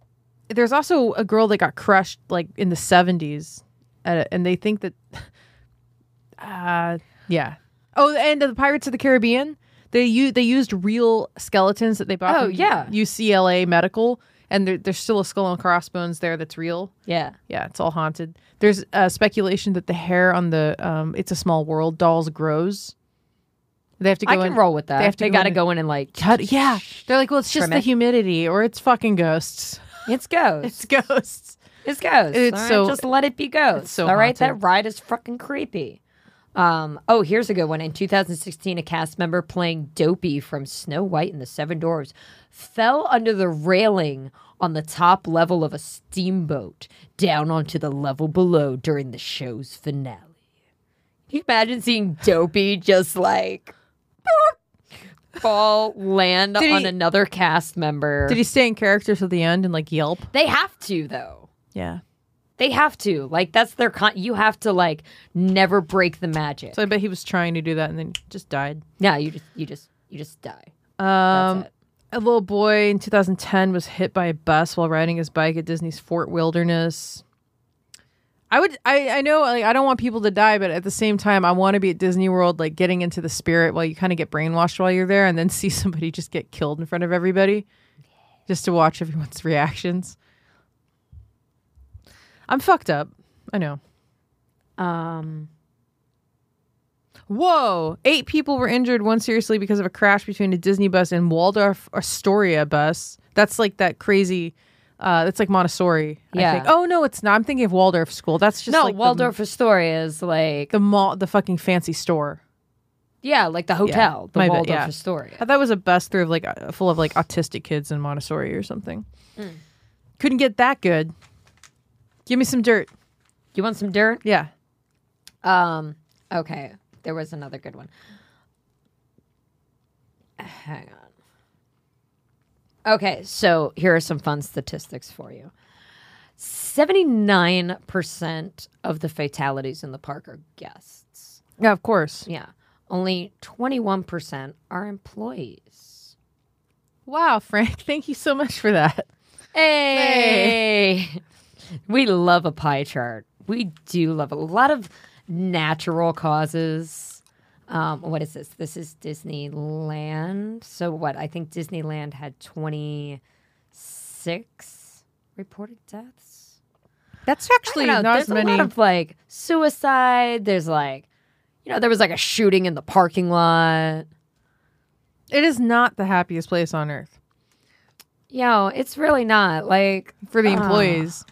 there's also a girl that got crushed like in the 70s, at a, and they think that, (laughs) uh, yeah. Oh, and the Pirates of the Caribbean. They u- they used real skeletons that they bought.
Oh,
from
yeah.
UCLA Medical, and there, there's still a skull and crossbones there that's real.
yeah.
Yeah, it's all haunted. There's uh, speculation that the hair on the um, "It's a Small World" dolls grows. They have to go
I can
in-
roll with that.
They have to go
gotta
in-
go in and like
Cut. Yeah, they're like, well, it's just
Trim
the
it.
humidity, or it's fucking ghosts. (laughs)
it's ghosts.
It's ghosts.
It's ghosts.
It's
all right?
so-
just let it be ghosts.
so
all right,
haunted.
that ride is fucking creepy. Um, oh, here's a good one. In 2016, a cast member playing Dopey from Snow White and the Seven Dwarfs fell under the railing on the top level of a steamboat down onto the level below during the show's finale. Can you imagine seeing Dopey just like (laughs) fall land
Did he-
on another cast member?
Did he stay in character till the end and like yelp?
they have to though.
Yeah.
They have to. Like that's their con you have to like never break the magic.
So I bet he was trying to do that and then just died.
no, you just you just you just die.
Um,
it.
a little boy in 2010 was hit by a bus while riding his bike at Disney's Fort Wilderness. I would, I, I know, like, I don't want people to die, but at the same time, I want to be at Disney World, like getting into the spirit while you kind of get brainwashed while you're there, and then (laughs) see somebody just get killed in front of everybody, just to watch everyone's (laughs) reactions. I'm fucked up. I know.
Um
Whoa! Eight people were injured, one seriously, because of a crash between a Disney bus and Waldorf Astoria bus. That's like that crazy. Uh, that's like Montessori. I
Yeah.
think. Oh no, it's not. I'm thinking of Waldorf School. That's just
No,
like the-
Waldorf Astoria is like
the, mall, the fucking fancy store.
Yeah, like the hotel, the
my bad,
Waldorf
yeah.
Astoria.
I thought it was a bus through of like uh, full of like autistic kids in Montessori or something.
Mm.
Couldn't get that good. Give me some dirt.
You want some dirt?
Yeah.
Um okay. There was another good one. Hang on. Okay, so here are some fun statistics for you. 79% of the fatalities in the park are guests.
Yeah, of course.
Yeah. Only 21% are employees.
Wow, Frank. (laughs) Thank you so much for that.
Hey. (laughs) we love a pie chart. We do love it. a lot of natural causes. Um, what is this? This is Disneyland. So what? I think Disneyland had 26 reported deaths.
That's
I
actually
don't know,
not
there's
as many.
a lot of like suicide. There's like, you know, there was like a shooting in the parking lot.
It is not the happiest place on earth
Yo, it's really not like
for the
Ah.
employees.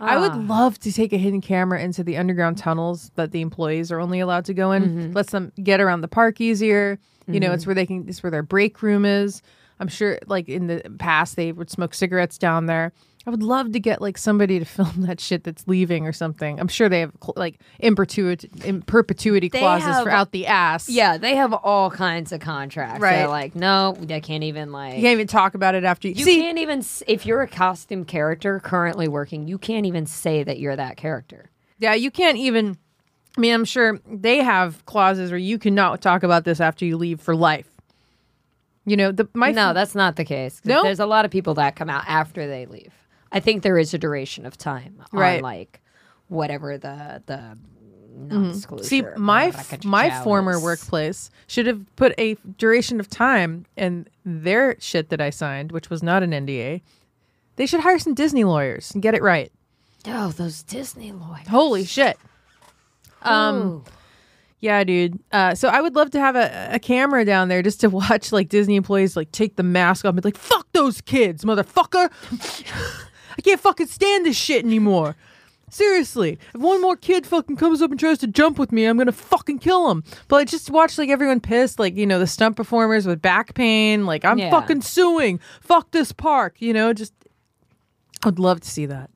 I
Ah.
would love to take a hidden camera into the underground tunnels that the employees are only allowed to go in.
Mm-hmm.
Lets them get around the park easier. You know, it's where they can. It's where their break room is. I'm sure, like in the past, they would smoke cigarettes down there. I would love to get like somebody to (laughs) film that shit that's leaving or something. I'm sure they have cl- like in perpetuity, in perpetuity
They
clauses
have-
for out the ass.
Yeah, they have all kinds of contracts.
Right.
They're like, no, they can't even like.
you can't even talk about it after you,
you
see.
can't even s- if you're a costume character currently working, you can't even say that you're that character.
Yeah, you can't even. I mean, I'm sure they have clauses where you cannot talk about this after you leave for life. You know, the my
No, that's not the case. 'Cause
No?
there's a lot of people that come out after they leave. I think there is a duration of time
Right. Mm-hmm.
on like whatever the the non-disclosure.
see my
blah, blah,
f- my
chow
former
is.
workplace should have put a duration of time and their shit that I signed, which was not an NDA. They should hire some Disney lawyers and get it right.
Oh, those Disney lawyers.
Holy shit.
Um,
Yeah, dude. Uh, so I would love to have a, a camera down there just to (laughs) watch like Disney employees like take the mask off and be like, (laughs) "Fuck those kids, motherfucker! I can't fucking stand this shit anymore." Seriously, if one more kid fucking comes up and tries to jump with me, I'm gonna fucking kill him. But I just watched like everyone pissed, like you know the stunt performers with back pain. Like I'm
Yeah.
fucking suing. Fuck this park. You know, just I'd love to see that.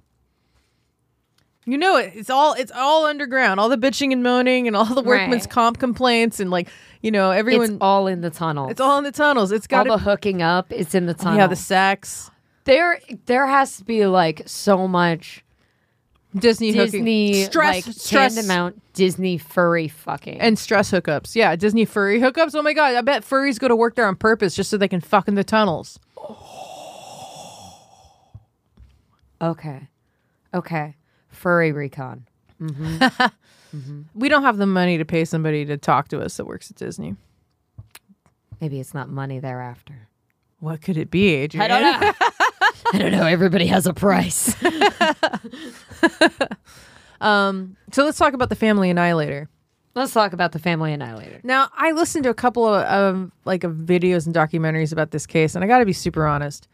You know it. It's all it's all underground. All the bitching and moaning and all the workman's
Right.
comp complaints and like you know everyone.
it's all in the tunnel.
It's all in the tunnels. It's got
all
to
the hooking up is in the tunnel.
yeah, the sex.
there there has to be like so much
Disney,
Disney
hooking. stress,
like
stress,
amount Disney furry fucking.
and stress hookups. Yeah, Disney furry hookups. Oh my god, I bet furries go to work there on purpose just so they can fuck in the tunnels.
okay, okay, furry recon.
We don't have the money to pay somebody to talk to us that works at Disney.
Maybe it's not money thereafter.
What could it be, Adrian?
know. (laughs) I don't know. Everybody has a price. (laughs)
Um, so let's talk about the Family Annihilator.
Let's talk about the Family Annihilator.
Now, I listened to a couple of um, like of videos and documentaries about this case, and I got to be super honest.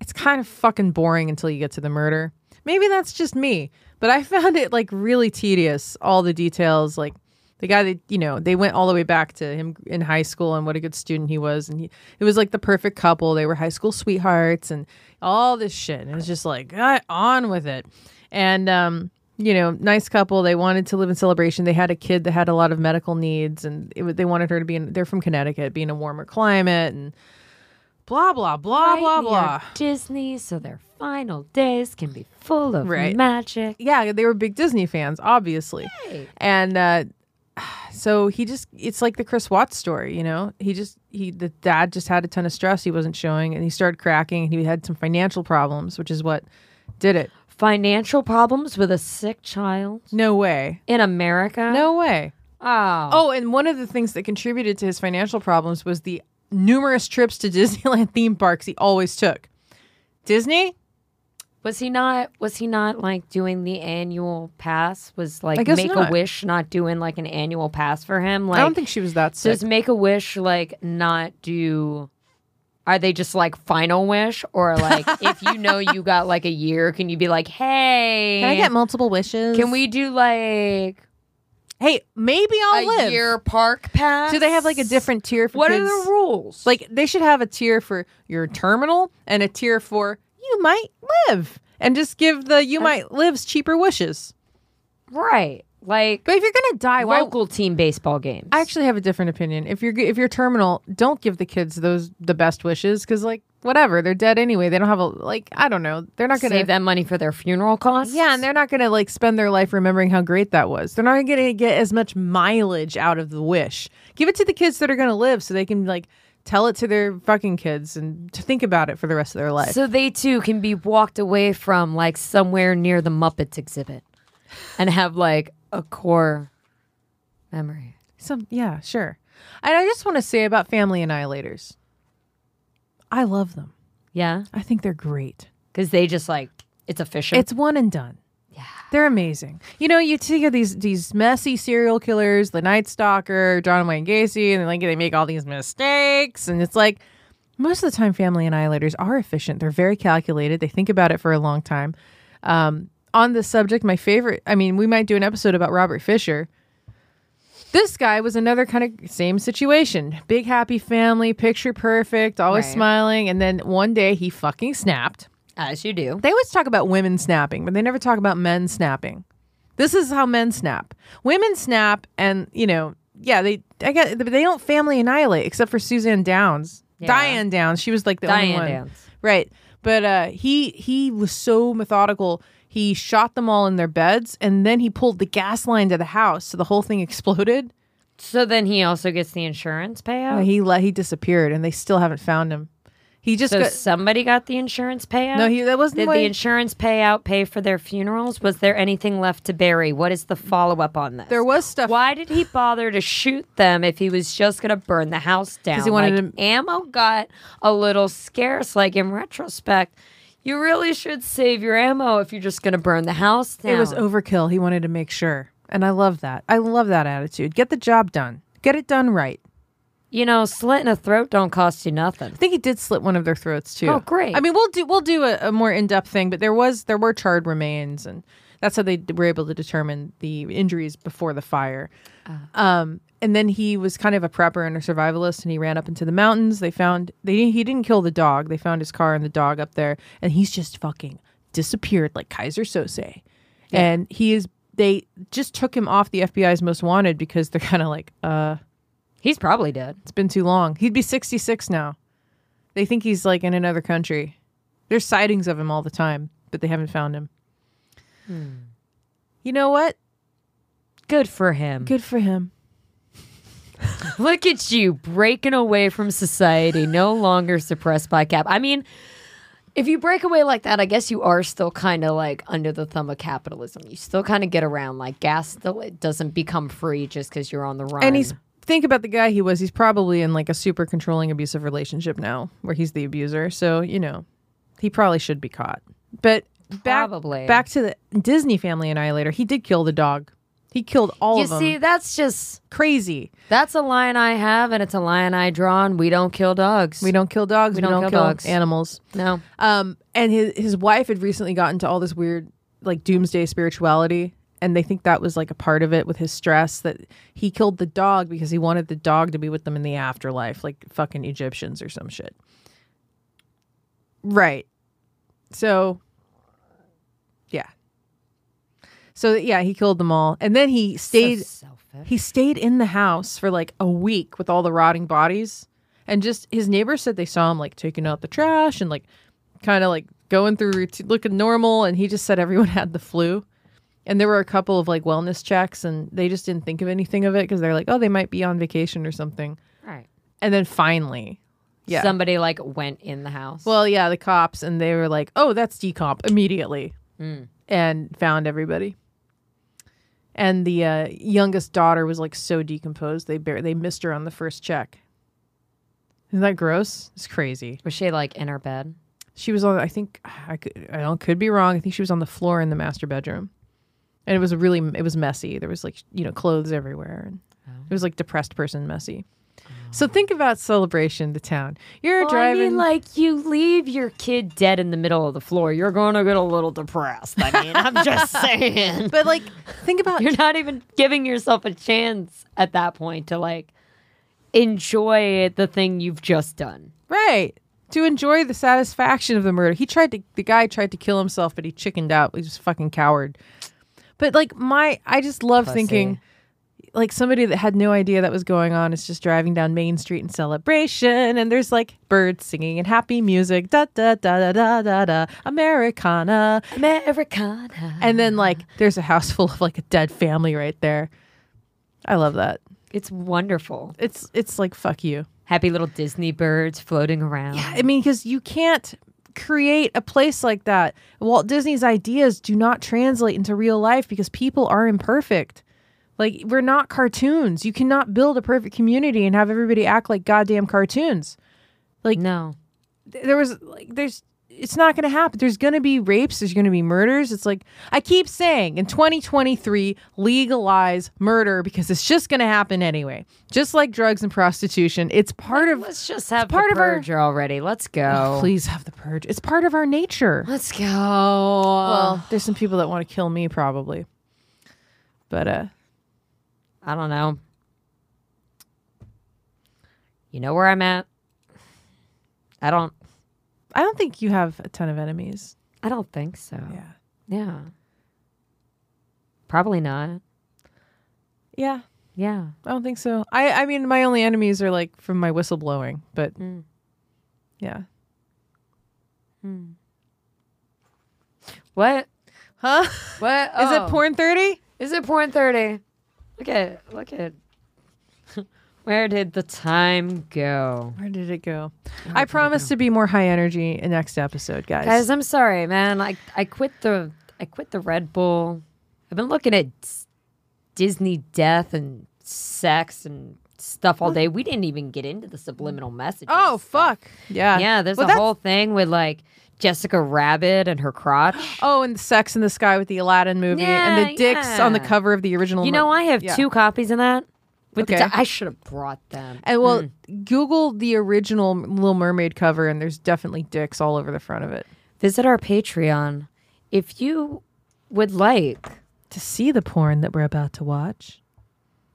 It's kind of fucking boring until you get to the murder. Maybe that's just me, but I (laughs) found it like really tedious. All the details, like the guy that you know, they went all the way back to him in high school and what a good student he was, and he, it was like the perfect couple. They were high school sweethearts and all this shit. And it was just like "Ah, on with it, and um, you know, nice couple. They wanted to live in celebration. They had a kid that had a lot of medical needs, and it, wa- they wanted her to be in. They're from Connecticut, be in a warmer climate, and blah blah blah blah
Right near
blah.
Disney, so their final days can be full of
Right.
magic.
yeah, they were big Disney fans, obviously. And uh, (sighs) so he just, it's like the Chris Watts story, you know? He just, he, the dad just had a ton of stress he wasn't showing and he started cracking and he had some financial problems, which is what did it.
Financial problems with a sick child
No way.
in America.
No way.
Oh.
Oh, and one of the things that contributed to his financial problems was the numerous trips to (laughs) Disneyland theme parks he always took. Disney?
Was he not? Was he not like doing the annual pass? Was like
I guess
Make
not.
a Wish not doing like an annual pass for him? Like
I don't think she was that sick.
does Make a Wish like not do? Are they just like final wish or
(laughs)
like if you know you got like a year, can you be like, hey,
multiple wishes?
Can we do like
Hey, maybe
a
I'll live.
year park pass?
Do they have like a different tier for
What
kids?
are the rules?
Like they should have a tier for your terminal and a tier for you might live. And just give the you might lives cheaper wishes.
right, like
But if you're gonna die, why?
local team baseball games.
I actually have a different opinion. If you're if you're terminal, don't give the kids those the best wishes because like whatever, they're dead anyway. They don't have a like I don't know. They're not gonna
save that money for their funeral costs.
Yeah, and they're not going to like spend their life remembering how great that was. They're not going to get as much mileage out of the wish. Give it to the kids that are going to live so they can like tell it to their fucking kids and to think about it for the rest of their life.
So they too can be walked away from like somewhere near the Muppets exhibit and have like a core memory.
Some yeah, sure. And I just want to say about Family Annihilators. I love them.
Yeah.
I think they're great.
Cause they just like, it's efficient.
It's one and done. Yeah. They're amazing. You know, you see these these messy serial killers, the Night Stalker, John Wayne Gacy, and like they make all these mistakes, and it's like most of the time, family annihilators are efficient. They're very calculated. They think about it for a long time. Um, on this subject, my favorite. I mean, we might do an episode about Robert Fisher. This guy was another kind of same situation. Big happy family, picture perfect, always
Right.
smiling, and then one day he fucking snapped.
as you do.
They always talk about women snapping, but they never talk about men snapping. This is how men snap. Women snap, and you know, yeah, they I get, but they don't family annihilate except for Suzanne Downs, Diane Downs. She was like the only
Diane
one,
Downs.
right? But uh, he he was so methodical. He shot them all in their beds, and then he pulled the gas line to the house, so the whole thing exploded. Uh,
So then he also gets the insurance payout.
He let he disappeared, and they still haven't found him. He just
so
got,
somebody got the insurance payout.
no, he that wasn't
Did
what-
the insurance payout pay for their funerals? Was there anything left to bury? What is the follow up on this?
there was stuff.
(laughs) Why did he bother to shoot them if he was just going to burn the house down?
'Cause he wanted
Like,
to-
ammo got a little scarce. Like in retrospect, you really should save your ammo if you're just going to burn the house down.
It was overkill. He wanted to make sure. And I love that. I love that attitude. Get the job done. Get it done right.
you know, slitting a throat don't cost you nothing.
I think he did slit one of their throats too.
Oh, great.
I mean, we'll do we'll do a, a more in depth thing, but there was there were charred remains, and That's how they d- were able to determine the injuries before the fire.
Uh.
Um, and then he was kind of a prepper and a survivalist, and he ran up into the mountains. They found they he didn't kill the dog. They found his car and the dog up there, and he's just fucking disappeared like Kaiser Sose. And he is they just took him off the FBI's most wanted because they're kind of like, uh,
He's probably dead.
it's been too long. He'd be 66 now. They think he's like in another country. There's sightings of him all the time, but they haven't found him.
Hmm.
You know what?
Good for him.
Good for him.
Look at you breaking away from society, no longer suppressed by cap. I mean, if you break away like that, I guess you are still kind of like under the thumb of capitalism. You still kind of get around. Like gas still it doesn't become free just because you're on the run.
And he's think about the guy he was. He's probably in like a super controlling abusive relationship now where he's the abuser. So, you know, he probably should be caught. But back,
Probably.
back to the Disney Family Annihilator. He did kill the dog. He killed all
you
of them.
see, that's just
Crazy.
that's a line I have, and it's a line I draw. And we don't kill dogs.
We don't kill dogs. We,
don't
don't,
kill
kill
dogs.
animals.
No.
Um, and his his wife had recently gotten to all this weird like doomsday spirituality, and they think that was like a part of it with his stress that he killed the dog because he wanted the dog to be with them in the afterlife, like fucking Egyptians or some shit. Right. So, yeah. So yeah, he killed them all, and then he stayed.
selfish.
He stayed in the house for like a week with all the rotting bodies. And just his neighbors said they saw him like taking out the trash and like kind of like going through routine, looking normal. And he just said everyone had the flu. And there were a couple of like wellness checks and they just didn't think of anything of it because they're like, oh, they might be on vacation or something.
Right.
And then finally, yeah.
Somebody like went in the house.
well, yeah, the cops and they were like, "Oh, that's decomp immediately," and found everybody. And the uh, youngest daughter was like so decomposed they bar- they missed her on the first check. Isn't that gross? It's crazy.
was she like in her bed?
She was on. I think I could. I don't, could be wrong. I think she was on the floor in the master bedroom, and it was really. It was messy. There was like you know clothes everywhere, and it was like depressed person messy. So think about celebration the town. You're
Well,
driving
I mean, like you leave your kid dead in the middle of the floor, you're going to get a little depressed. I mean, I'm
(laughs)
just saying.
But (laughs) like, think about
You're not even giving yourself a chance at that point to like enjoy the thing you've just done.
right to enjoy the satisfaction of the murder. He tried to. The guy tried to kill himself, but he chickened out. He was a fucking coward. But like my, I just love thinking, like somebody that had no idea that was going on is just driving down Main Street in celebration, and there's like birds singing and happy music, da da da da da da da, Americana,
Americana.
and then like there's a house full of like a dead family right there. I love that.
It's wonderful.
It's it's like fuck you.
Happy little Disney birds floating around.
I mean, because you can't create a place like that. Walt Disney's ideas do not translate into real life because people are imperfect. Like, we're not cartoons. You cannot build a perfect community and have everybody act like goddamn cartoons.
No.
Th- There was, like, there's, it's not going to happen. There's going to be rapes. There's going to be murders. It's like, I keep saying in 2023, legalize murder because it's just going to happen anyway. Just like drugs and prostitution, it's part of,
Let's just have
part
the
of our-
purge already. Let's go.
please have the purge. It's part of our nature.
Let's go. Well,
Well, Um, there's some people that want to kill me probably. But uh
I don't know. You know where I'm at. I don't.
I don't think you have a ton of enemies.
I don't think so. Yeah. Probably not.
Yeah.
Yeah.
I don't think so. I I mean my only enemies are like from my whistleblowing, but
Mm.
yeah.
What?
Huh? Is
What?
it porn 30?
Is it porn thirty? Look at look at. (laughs) Where did the time go?
Where did it go? I promise to be more high energy in next episode, guys.
Guys, I'm sorry, man. I I quit the I quit the Red Bull. I've been looking at s- Disney death and sex and stuff all day. We didn't even get into the subliminal messages.
oh fuck. Yeah.
Yeah, there's
Well,
a
that's-
whole thing with like Jessica Rabbit and her
(gasps)
crotch.
Oh, and the Sex in the Sky with the Aladdin movie and
Yeah,
the dicks on the
yeah.
cover of the original.
You
mo-
know, I have
Yeah.
two copies of that. With
Okay.
the t- I should have brought them.
And well, Google the original Little Mermaid cover, and there's definitely dicks all over the front of it.
Visit our Patreon. If you would like,
To see the porn that we're about to watch,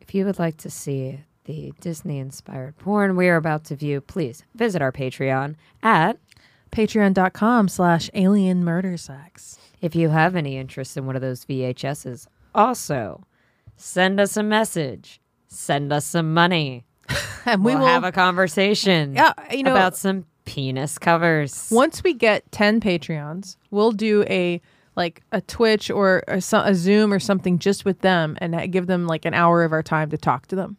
if you would like to see the Disney inspired porn we are about to view, please visit our Patreon at
patreon.com slash alien murder sex.
If you have any interest in one of those VHSs, also send us a message. Send us some money.
And
We will have a conversation
Yeah, you know-
about some penis covers.
Once we get 10 Patreons, we'll do a like a Twitch or a, so- a Zoom or something just with them and ha- give them like an hour of our time to talk to them.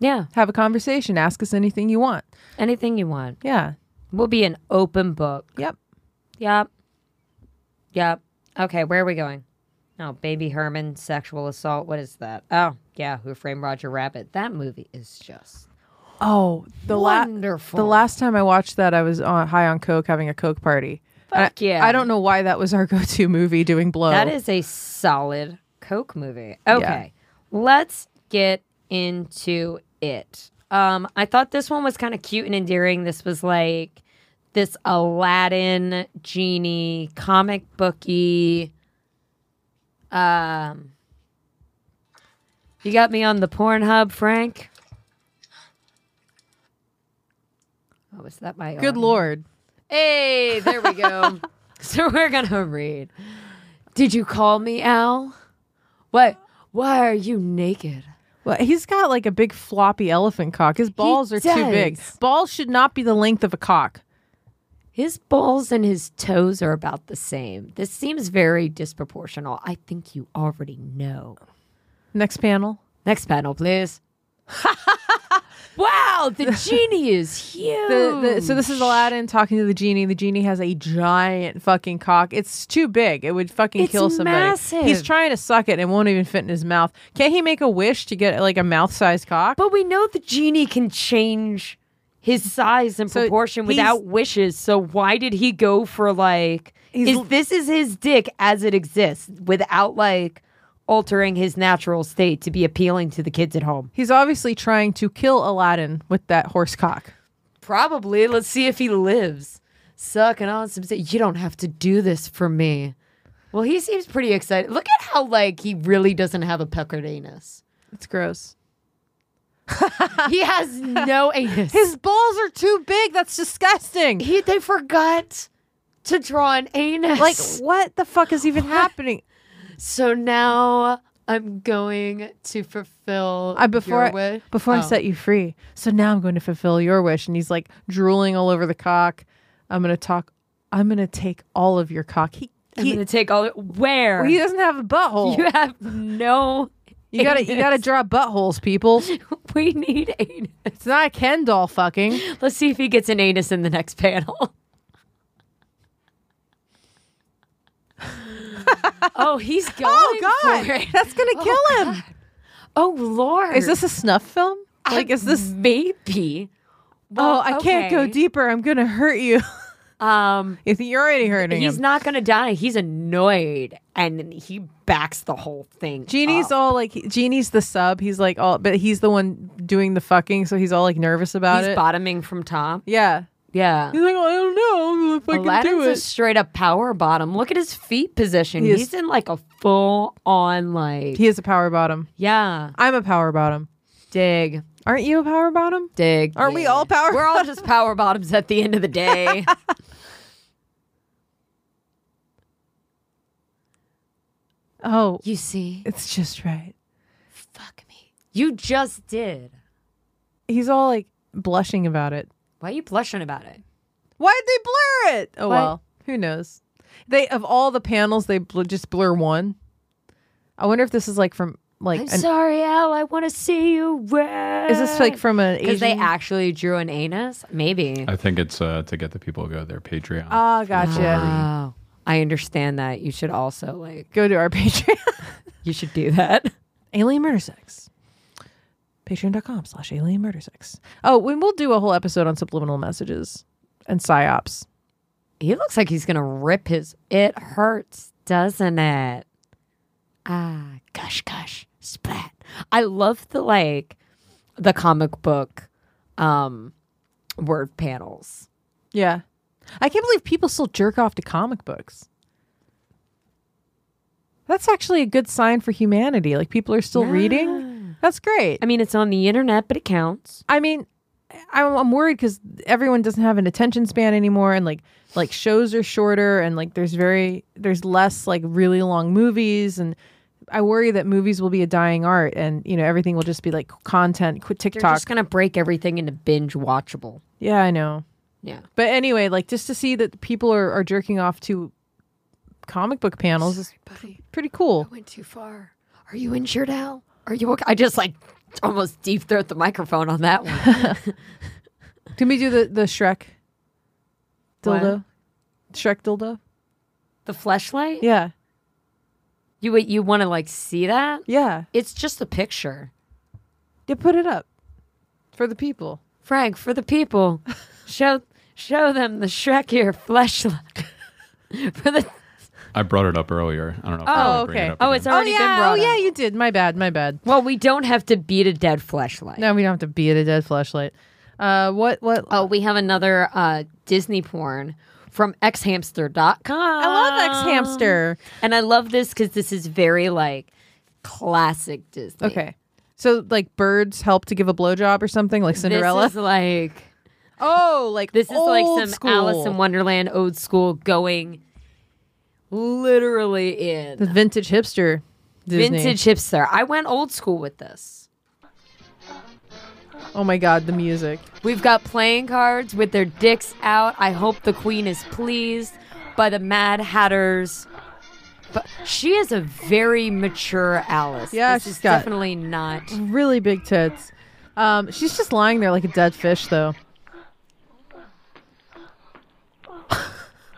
Yeah,
Have a conversation, ask us anything you want.
anything you want.
Yeah.
We'll be an open book.
Yep.
Yep. Yep. Okay, where are we going? Oh, Baby Herman, sexual assault. What is that? Oh, yeah, Who Framed Roger Rabbit. That movie is just
Oh, the last
wonderful.
the last time I watched that I was on, high on coke having a coke party. And
Fuck
I,
yeah.
I don't know why that was our (laughs) go-to movie doing blow.
That is a solid Coke movie. Okay. Let's get into it. Um, I thought this one was kind of cute and endearing. This was like this Aladdin genie comic booky. Um, you got me on the Pornhub, Frank. Oh, was that my
Good
own?
lord.
Hey, there we
(laughs)
go. so we're gonna read. Did you call me Al? What? Why are you naked?
Well, he's got like a big floppy elephant cock. His balls are too big.
does.
Balls should not be the length of a cock.
His balls and his toes are about the same. This seems very disproportional. I think you already know.
Next panel.
Next panel,
(laughs)
please. wow, the genie is huge.
the, the, so this is Aladdin talking to the genie. The genie has a giant fucking cock. It's too big. It would fucking
It's
kill somebody. He's
massive.
trying to suck it and it won't even fit in his mouth. Can't he make a wish to get like a mouth-sized cock?
But we know the genie can change his size and
So
proportion
he's-
without wishes. So why did he go for like
He's
is
l-
this is his dick as it exists without like altering his natural state to be appealing to the kids at home?
He's obviously trying to kill Aladdin with that horse cock.
Probably. Let's see if he lives. Sucking on some. sa- You don't have to do this for me. Well, he seems pretty excited. Look at how like he really doesn't have a puckered anus.
It's gross.
He has (laughs) no anus.
His balls are too big. That's disgusting.
he they forgot to draw an anus.
Like what the fuck is even happening?
so now I'm going to fulfill
I before
your
I,
wish.
before I
Oh.
set you free. So now I'm going to fulfill your wish. And he's like drooling all over the cock. I'm going to talk. I'm going to take all of your cock. He
I'm
he,
gonna take all it. Where
well, he doesn't have
(laughs)
a butthole.
you
You,
have no. (laughs)
gotta you gotta draw buttholes, people.
We need anus.
It's not a Ken doll fucking.
Let's see if he gets an anus in the next panel. (laughs) oh, he's going. for it.
that's gonna kill him.
Oh Lord,
Is this a snuff film? Like is this?
maybe? Well,
Oh, I can't go
okay.
deeper. I'm gonna hurt you.
Um,
If You're already hurting
He's
him.
not gonna die. He's annoyed, and he backs the whole thing.
Genie's
up.
all like Genie's the sub. He's like all, but he's the one doing the fucking, so he's all like nervous about
he's
it.
bottoming from top.
yeah,
Yeah,
He's like, oh, I don't know. If I can do
Aladdin's a
it.
straight up power bottom. Look at his feet position.
He is-
He's in like a full on like
he is a power bottom.
yeah.
I'm a power bottom.
Dig,
Aren't you a power bottom?
dig.
Aren't we
yeah.
all power
We're
(laughs)
all just power bottoms at the end of the day.
Oh,
you see,
it's just right.
fuck me. You just did.
He's all like blushing about it.
Why are you blushing about it?
Why'd they blur it? Oh
Why-
well, who knows? They of all the panels, they bl- just blur one. I wonder if this is like from like
I'm
an-
sorry, Al. I want to see you red.
is this like from an
Because
Asian?
they actually drew an anus? Maybe.
I think it's uh, to get the people to go to their Patreon.
Ah, gotcha.
Oh, I understand that. You should also like.
Go to our (laughs) Patreon.
You should do that. (laughs)
Alien Murder Sex. Patreon.com slash alien murder sex. Oh, and we'll do a whole episode on subliminal messages and psyops.
He looks like he's gonna rip his. It hurts, doesn't it? Ah, gush, gush, splat. I love the like, the comic book, um, word panels.
Yeah. I can't believe people still jerk off to comic books. That's actually a good sign for humanity. Like people are still reading. That's great.
I mean, it's on the internet, but it counts.
I mean, I- I'm worried because everyone doesn't have an attention span anymore, and like like shows are shorter, and like there's very there's less like really long movies, and I worry that movies will be a dying art, and you know everything will just be like content, quick
They're
TikTok.
just gonna break everything into binge watchable.
yeah, I know.
Yeah.
But anyway, like just to see that people are, are jerking off to comic book panels is
buddy,
pretty
(laughs)
cool.
went too far. Are you injured, Al? Are you okay? I just like almost deep throat the microphone on that (laughs) one.
Can we do the the Shrek
What?
dildo? Shrek dildo?
the fleshlight.
Yeah,
You you want to like see that?
yeah.
It's just a picture,
Yeah, put it up for the people.
Frank, for the
(laughs)
people. Show show them the Shrek your fleshlight. (laughs) for the
I brought it up earlier. I don't know. If I
Oh,
would bring
okay.
It up
oh,
again.
it's already
oh
been
yeah,
brought
oh yeah,
up.
you did. My bad, my bad.
Well, we don't have to beat a dead fleshlight.
No, we don't have to be at a dead flashlight. Uh, what what?
Oh, we have another uh, Disney porn from xhamster.com.
I love X Hamster.
And I love this because this is very like classic Disney.
Okay, so like birds help to give a blowjob or something like Cinderella.
This is like
oh, like
this is like
old
some
school.
Alice in Wonderland old school going literally in.
the vintage hipster. Disney.
Vintage hipster. I went old school with this.
Oh my god, the music.
We've got playing cards with their dicks out. I hope the queen is pleased by the Mad Hatters. But she is a very mature Alice.
Yeah,
this
she's
is
got-
definitely not.
Really big tits. Um, she's just lying there like a dead fish, though.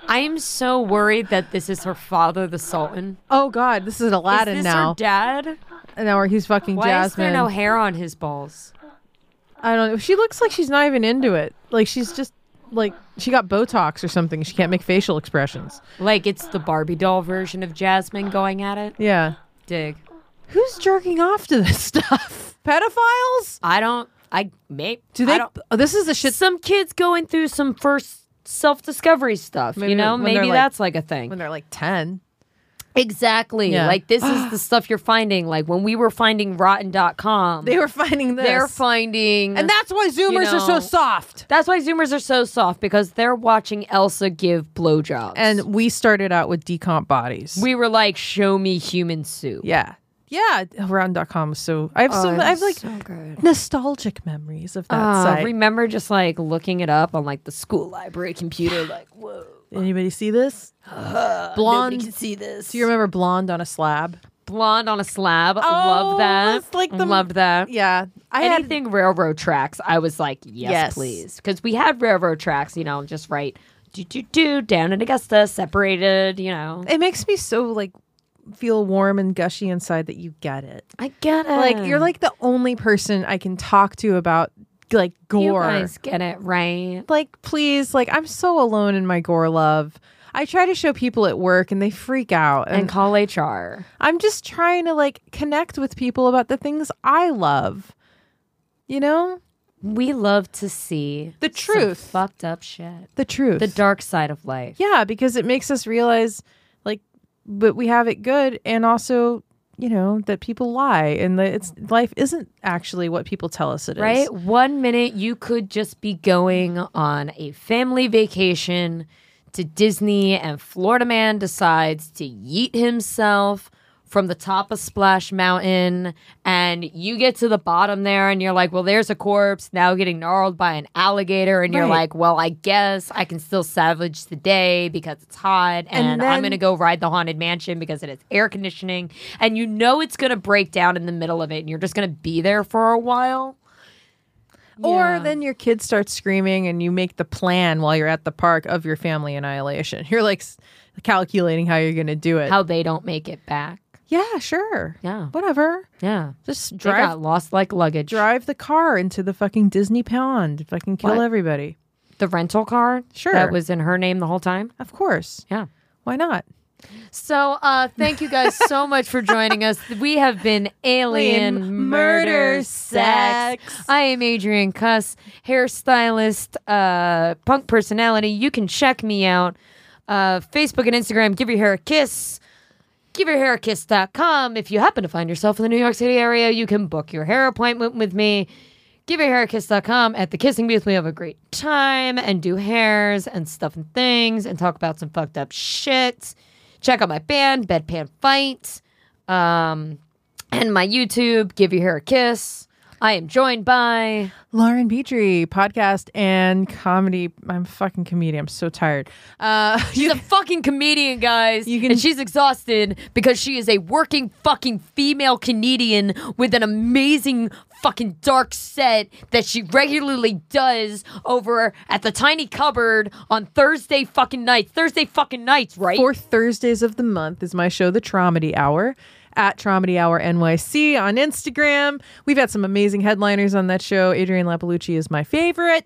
I am so worried that this is her father, the Sultan.
Oh god, this is Aladdin
is this
now.
her dad?
and now where he's fucking
Why is there
Jasmine.
no hair on his balls?
I don't know. She looks like she's not even into it. Like she's just like she got Botox or something. She can't make facial expressions.
Like it's the Barbie doll version of Jasmine going at it.
Yeah.
Dig.
Who's jerking off to this (laughs) stuff? Pedophiles?
I don't. I may.
Do they?
I don't,
oh, this is the shit
some kids going through some first self-discovery stuff
Maybe
you know
when they're,
maybe
like-
that's like a thing
when they're like ten.
exactly
Yeah.
like this
(gasps)
is the stuff you're finding like when we were finding rotten.com
They were finding this.
they're finding
and that's why Zoomers are so
know.
soft.
that's why zoomers are so soft because they're watching elsa give blowjobs
And we started out with decomp bodies.
we were like show me human soup
yeah. Yeah, round.com Oh, was Ah, so I have some I have like
good
nostalgic memories of that
uh,
site.
remember just like looking it up on like the school library
(sighs)
computer like whoa
Anybody see this? Blonde.
nobody can see this
Do you remember Blonde on a slab?
blonde on a slab love that
Oh, it's like the-
loved that
Yeah, I
anything railroad tracks, I was like, yes,
Yes.
please. Because we had railroad tracks, you know, just right do do do down in Augusta, separated, you know.
Had, it makes me so like feel warm and gushy inside that you get it.
I get it.
Like you're like the only person I can talk to about like
you
gore.
guys get it right.
Like please, like I'm so alone in my gore love. I try to show people at work and they freak out.
And
And
call HR.
I'm just trying to like connect with people about the things I love. You know?
We love to see
The
some
truth.
fucked up shit,
The truth.
the dark side of life.
Yeah, because it makes us realize, like, but we have it good, and also, you know, that people lie, and that it's life isn't actually what people tell us it is.
Right? One minute you could just be going on a family vacation to Disney, and Florida Man decides to yeet himself from the top of Splash Mountain. And you get to the bottom there, and you're like, well, there's a corpse now getting gnarled by an alligator. And you're
Right.
like, well, I guess I can still salvage the day because it's hot. And, I'm
then-
going to go ride the Haunted Mansion because it has air conditioning. And you know it's going to break down in the middle of it, and you're just going to be there for a while.
Or then your kid starts screaming, and you make the plan while you're at the park of your family annihilation. (laughs) You're like s- calculating how you're going to do it.
how they don't make it back.
yeah, sure.
Yeah.
Whatever.
Yeah.
Just
They
drive
got lost like luggage.
drive the car into the fucking Disney pond. Fucking kill
What?
everybody.
The rental car
Sure.
that was in her name the whole time.
Of course.
Yeah.
Why not?
So uh thank you guys so (laughs) much for joining us. We have been alien
Alien,
murder
murder,
sex.
sex.
I am Adrian Cuss, hairstylist, uh punk personality. You can check me out. Uh Facebook and Instagram, give your hair a kiss. giveyourhairakiss.com. If you happen to find yourself in the New York City area, you can book your hair appointment with me. Giveyourhairakiss.com. At the kissing booth, we have a great time and do hairs and stuff and things and talk about some fucked up shit. Check out my band, Bedpan Fight, um, and my YouTube, Give Your Hair a Kiss. I am joined by
Lauren Petrie, podcast and comedy. I'm a fucking comedian. I'm so tired. Uh, (laughs)
(laughs) She's a fucking comedian, guys.
You can-
and she's exhausted because she is a working fucking female comedian with an amazing fucking dark set that she regularly does over at the tiny cupboard on Thursday fucking nights. Thursday fucking nights, right?
fourth Thursdays of the month is my show, The Tromedy Hour, at Tromedy Hour NYC on Instagram. We've had some amazing headliners on that show. Adrian Lappalucci is my favorite.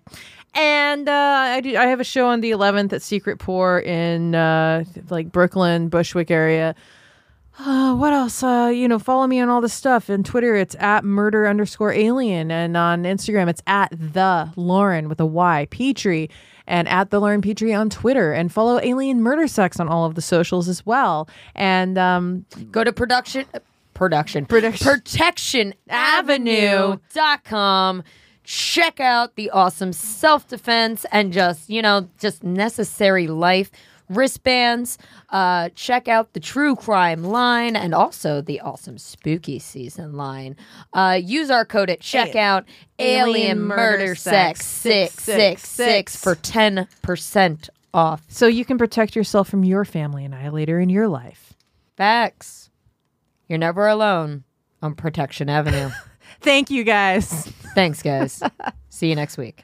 And uh, I, do, I have a show on the 11th at Secret Pour in uh, like Brooklyn, Bushwick area. Uh, what else? Uh, you know, follow me on all this stuff. And Twitter, it's at murder underscore alien. And on Instagram, it's at the Lauren with a Y Petrie. And at the Lauren Petrie on Twitter. And follow Alien Murder Sex on all of the socials as well. And um,
Go to production uh, production protection com. Check out the awesome self defense and just, you know, just necessary life wristbands. Uh, check out the true crime line and also the awesome spooky season line. Uh, use our code at checkout Alien, Murder Sex 666 for 10% off.
so you can protect yourself from your family annihilator in your life.
Facts. You're never alone on Protection Avenue.
Thank you guys.
Thanks, guys. See you next week.